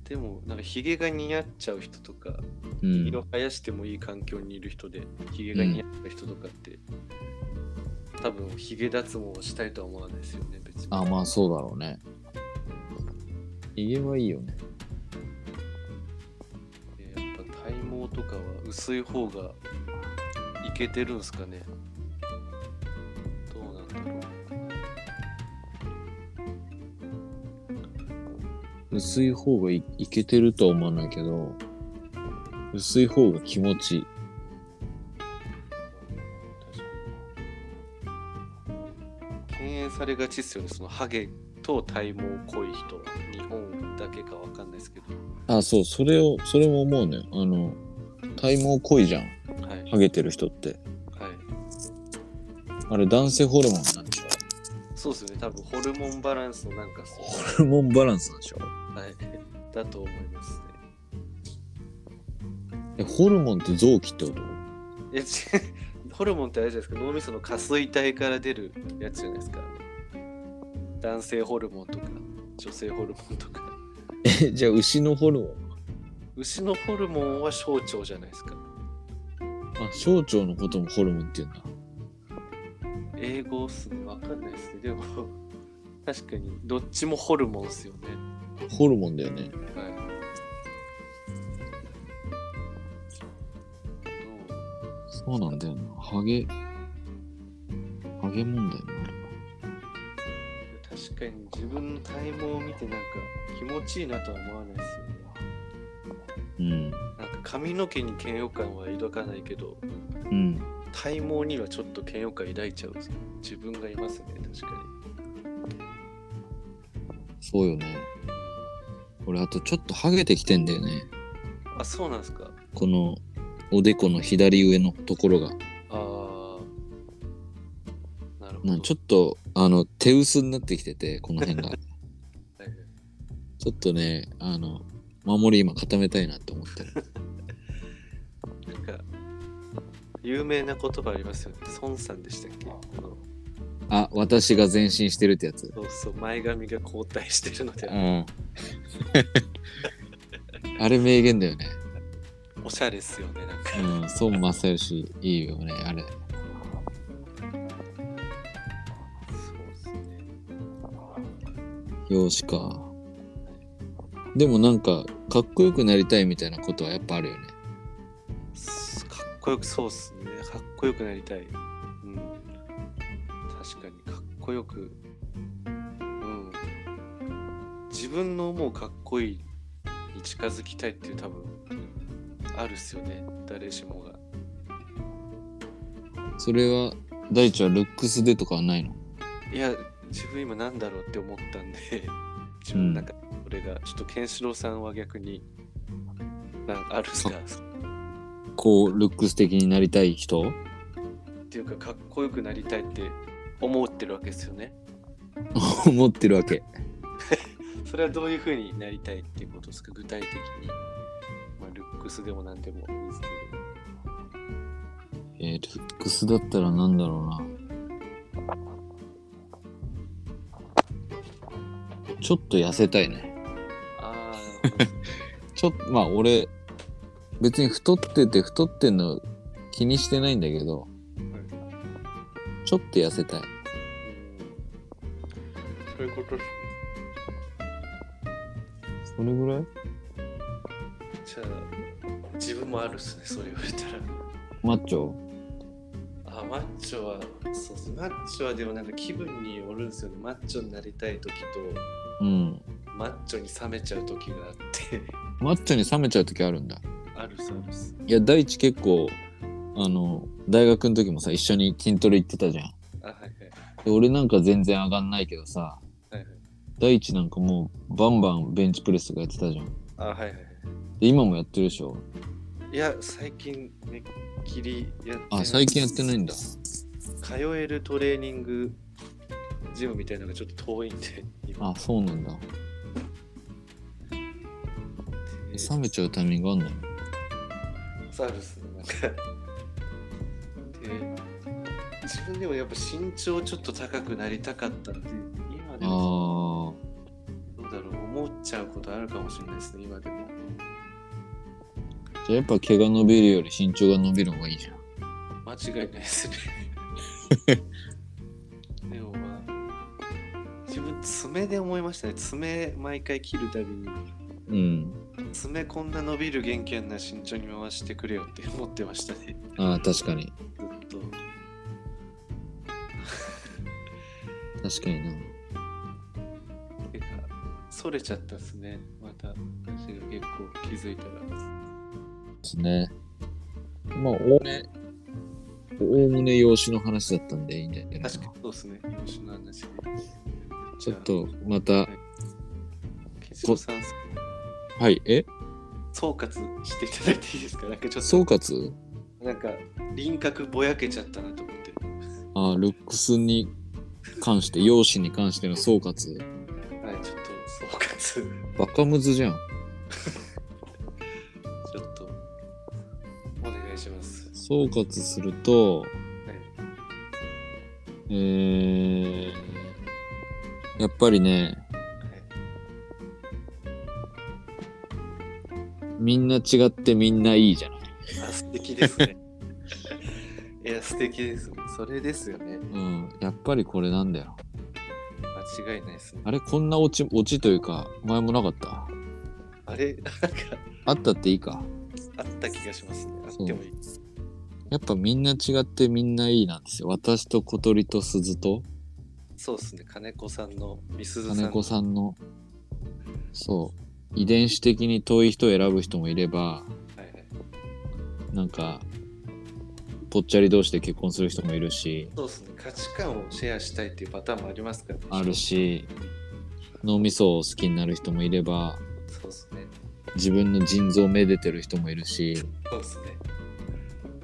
Speaker 2: でもなんかヒゲが似合っちゃう人とか、
Speaker 1: うん。
Speaker 2: 色生やしてもいい環境にいる人でヒゲが似合った人とかって、多分ヒゲ脱毛をしたいとは思わないですよね別に。
Speaker 1: あ、まあそうだろうね。家はいいよね。
Speaker 2: でやっぱ体毛とかは薄い方がいけてるんすかねどうなんだろう
Speaker 1: 薄い方がいいけてるとは思わないけど、薄い方が気持ちいい。
Speaker 2: 確かに敬遠されがちっすよねそのハゲと体毛濃い人日本だけかわかんないですけど
Speaker 1: あ、そう、それを、それも思うね。あの、体毛濃いじゃん。
Speaker 2: はいはい
Speaker 1: ハゲてる人って。あれ、男性ホルモンなんでしょ
Speaker 2: そうですよね多分ホルモンバランスのなんかそ
Speaker 1: ホルモンバランスなんでしょ
Speaker 2: う、はい、だと思いますね
Speaker 1: え、ホルモンって臓器ってこと
Speaker 2: えちホルモンってあれじゃないですか脳みその下垂体から出るやつじゃないですか男性ホルモンとか女性ホルモンとか
Speaker 1: え、じゃあ牛のホルモン
Speaker 2: 牛のホルモンは小腸じゃないですか
Speaker 1: あ、小腸のこともホルモンって言うんだ。
Speaker 2: 英語っすね、わかんないっすね。でも、確かに、どっちもホルモンっすよね。
Speaker 1: ホルモンだよね。
Speaker 2: はい。
Speaker 1: そうなんだよな。ハゲ、ハゲ問題もある
Speaker 2: 確かに、自分の体毛を見て、なんか、気持ちいいなとは思わないっすよね。
Speaker 1: うん。
Speaker 2: なんか、髪の毛に嫌悪感は抱かないけど、
Speaker 1: うん。
Speaker 2: 体毛にはちょっと嫌悪感抱いちゃうっす自分がいますね、確か
Speaker 1: そうよね。俺、あとちょっとハゲてきてんだよね。
Speaker 2: に。あ、そうなんですか。
Speaker 1: この、おでこの左上のところが。
Speaker 2: あー。なるほ
Speaker 1: な
Speaker 2: ど。
Speaker 1: んちょっと、あの、手薄になってきてて、この辺 が。
Speaker 2: はいはい
Speaker 1: ちょっとね、あの、守り今固めたいなって思ってる。
Speaker 2: なんか、有名な言葉ありますよね。孫さんでしたっけこの
Speaker 1: あ、私が前進してるってやつ。
Speaker 2: そうそう、前髪が後退してるの
Speaker 1: う
Speaker 2: で、
Speaker 1: ん。あれ名言だよね。
Speaker 2: おしゃれっすよね、なんか。
Speaker 1: うん、孫正義いいよね、あれ。
Speaker 2: そうっすね。
Speaker 1: 容姿か。でもなんか、かっこよくなりたいみたいなことはやっぱあるよね。
Speaker 2: かっこよく、そうっすね。かっこよくなりたい。うん。確かに、かっこよく。うん。自分の思うかっこいいに近づきたいっていう多分、あるっすよね。誰しもが。
Speaker 1: それは、大地はルックスでとかはないの
Speaker 2: いや、自分今なんだろうって思ったんで、自分なんか、これが、ちょっとケンシロウさんは逆に、なんかあるっすか
Speaker 1: こう、ルックス的になりたい人
Speaker 2: っていうかかっこよくなりたいって思ってるわけですよね。
Speaker 1: 思ってるわけ。
Speaker 2: それはどういうふうになりたいっていうことですか具体的に。まあ、ルックスでも何でもいいですけ
Speaker 1: えー、ルックスだったらなんだろうな。ちょっと痩せたいね。
Speaker 2: ど。ああ、なる
Speaker 1: ちょっと、まあ俺、別に太ってて太ってんの気にしてないんだけど、
Speaker 2: ほど
Speaker 1: ちょっと痩せたい。
Speaker 2: うんそういうことっす
Speaker 1: それぐらい
Speaker 2: ね。じゃあ、自自分もあるっすね、それを言ったら。
Speaker 1: マッチョ
Speaker 2: あマッチョはそうそうマッチョはでもなんか気分によるんですよねマッチョになりたい時と
Speaker 1: うん。
Speaker 2: マッチョに冷めちゃう時があって
Speaker 1: マッチョに冷めちゃう時あるんだ。
Speaker 2: あるそうです
Speaker 1: いや、大地結構、あの、大学の時もさ、一緒に筋トレ行ってたじゃん。
Speaker 2: あはいはい
Speaker 1: で俺なんか全然上がんないけどさ、
Speaker 2: はいはい
Speaker 1: 大地なんかもうバンバンベンチプレスとかやってたじゃん。で、
Speaker 2: あはいはいは
Speaker 1: 今もやってるでしょ。
Speaker 2: いいや最近めっきりやって
Speaker 1: あ、最近やってないんだ。
Speaker 2: 通えるトレーニングジムみたいなのがちょっと遠いんで今
Speaker 1: あ、そうなんだ。冷めちゃうタイミングあんの
Speaker 2: サービスなんかで自分でもやっぱ身長ちょっと高くなりたかったんで今でも
Speaker 1: あ
Speaker 2: どうだろう思っちゃうことあるかもしれないですね今でも
Speaker 1: あ。じゃあやっぱ毛が伸びるより身長が伸びる方がいいじゃん。
Speaker 2: 間違いない ですねでもまあ自分爪で思いましたね爪毎回切るたびに
Speaker 1: うん。
Speaker 2: 爪こんな伸びる元気な身長に回してくれよって思ってましたね
Speaker 1: ああ、確かに。
Speaker 2: ずっと
Speaker 1: 確かにな。
Speaker 2: てかそれちゃったっすねまた私が結構気づいたら
Speaker 1: ですね。まあ、おおむね、おおむね養子の話だったんでいいんじゃないかな。
Speaker 2: 確かにそうっすね吉の話で
Speaker 1: ちょっと、また、
Speaker 2: ケシロさん
Speaker 1: はい、え
Speaker 2: 総括していただいていいですかなんかちょっ
Speaker 1: 総括
Speaker 2: となんか輪郭ぼやけちゃったなと思って
Speaker 1: あールックスに関 して、養子に関しての総括。
Speaker 2: はい、ちょっと総括、
Speaker 1: バカムズじゃん。
Speaker 2: ちょっとお願いします。
Speaker 1: 総括すると、
Speaker 2: はい、
Speaker 1: えー、やっぱりね、みんな違ってみんないいじゃない。
Speaker 2: あ素敵ですね。いや、素敵ですね。それですよね。
Speaker 1: うん、やっぱりこれなんだよ。
Speaker 2: 間違いないですね。
Speaker 1: あれ、こんなオチ、オチというか、前もなかった
Speaker 2: あれ、なんか
Speaker 1: あったっていいか。
Speaker 2: あった気がしますね。あっ
Speaker 1: そう
Speaker 2: てもいい。
Speaker 1: やっぱみんな違ってみんないいなんですよ。私と小鳥と鈴と
Speaker 2: そうですね。金子さんの、みすずさん
Speaker 1: 金
Speaker 2: の。
Speaker 1: 子さんの、そう、遺伝子的に遠い人を選ぶ人もいれば、
Speaker 2: はいはい、
Speaker 1: なんか、ぽっちゃり同士で結婚する人もいるし、
Speaker 2: そうですね。価値観をシェアしたいっていうパターンもありますから、ね。
Speaker 1: ある。し、脳みそを好きになる人もいれば、
Speaker 2: そうですね。
Speaker 1: 自分の腎臓をめでてる人もいるし、
Speaker 2: そうですね。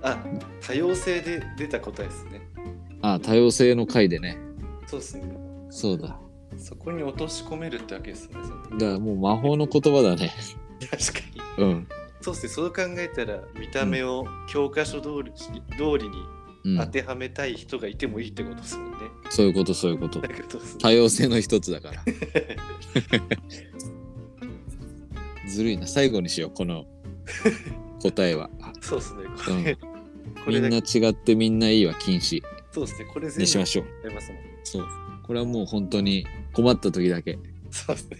Speaker 2: あ、多様性で出た答えですね。
Speaker 1: あ、多様性の回でね。
Speaker 2: そうですね。
Speaker 1: そうだ。
Speaker 2: そこに落とし込めるってわけですね。その
Speaker 1: だからもう魔法の言葉だね。
Speaker 2: 確かに。
Speaker 1: うん。
Speaker 2: そうですね、そう考えたら見た目を教科書通り,、通りに
Speaker 1: うん
Speaker 2: 当、てはめたい人がいてもいいってことですもんね。
Speaker 1: そういうこと、そういうこと
Speaker 2: だ。けどです
Speaker 1: 多
Speaker 2: ね。
Speaker 1: 様性の一つだ から。ずるいな最後にしようこ の答えは、
Speaker 2: そうですね、
Speaker 1: う
Speaker 2: こ
Speaker 1: ん
Speaker 2: れ、こ
Speaker 1: み
Speaker 2: れ
Speaker 1: ん
Speaker 2: だ
Speaker 1: な
Speaker 2: け、
Speaker 1: 違ってみんないいは禁止
Speaker 2: そうですね、これ全
Speaker 1: にし
Speaker 2: 部
Speaker 1: ましょう
Speaker 2: ありますもん。
Speaker 1: そうこれはもう本当に困った時だけ
Speaker 2: そうですね。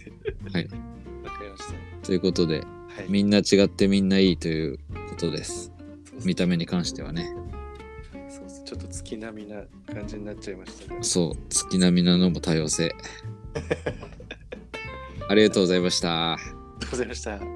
Speaker 1: はい
Speaker 2: わかりまし
Speaker 1: ということで
Speaker 2: た。はい。
Speaker 1: みんな違ってみんないいということです
Speaker 2: そうっす
Speaker 1: 見た目に関してはね
Speaker 2: そうっすちょっと月並みな感じになっちゃいましたが、
Speaker 1: そう月並みなのも多様性ありがとうございました
Speaker 2: ありがとうございました。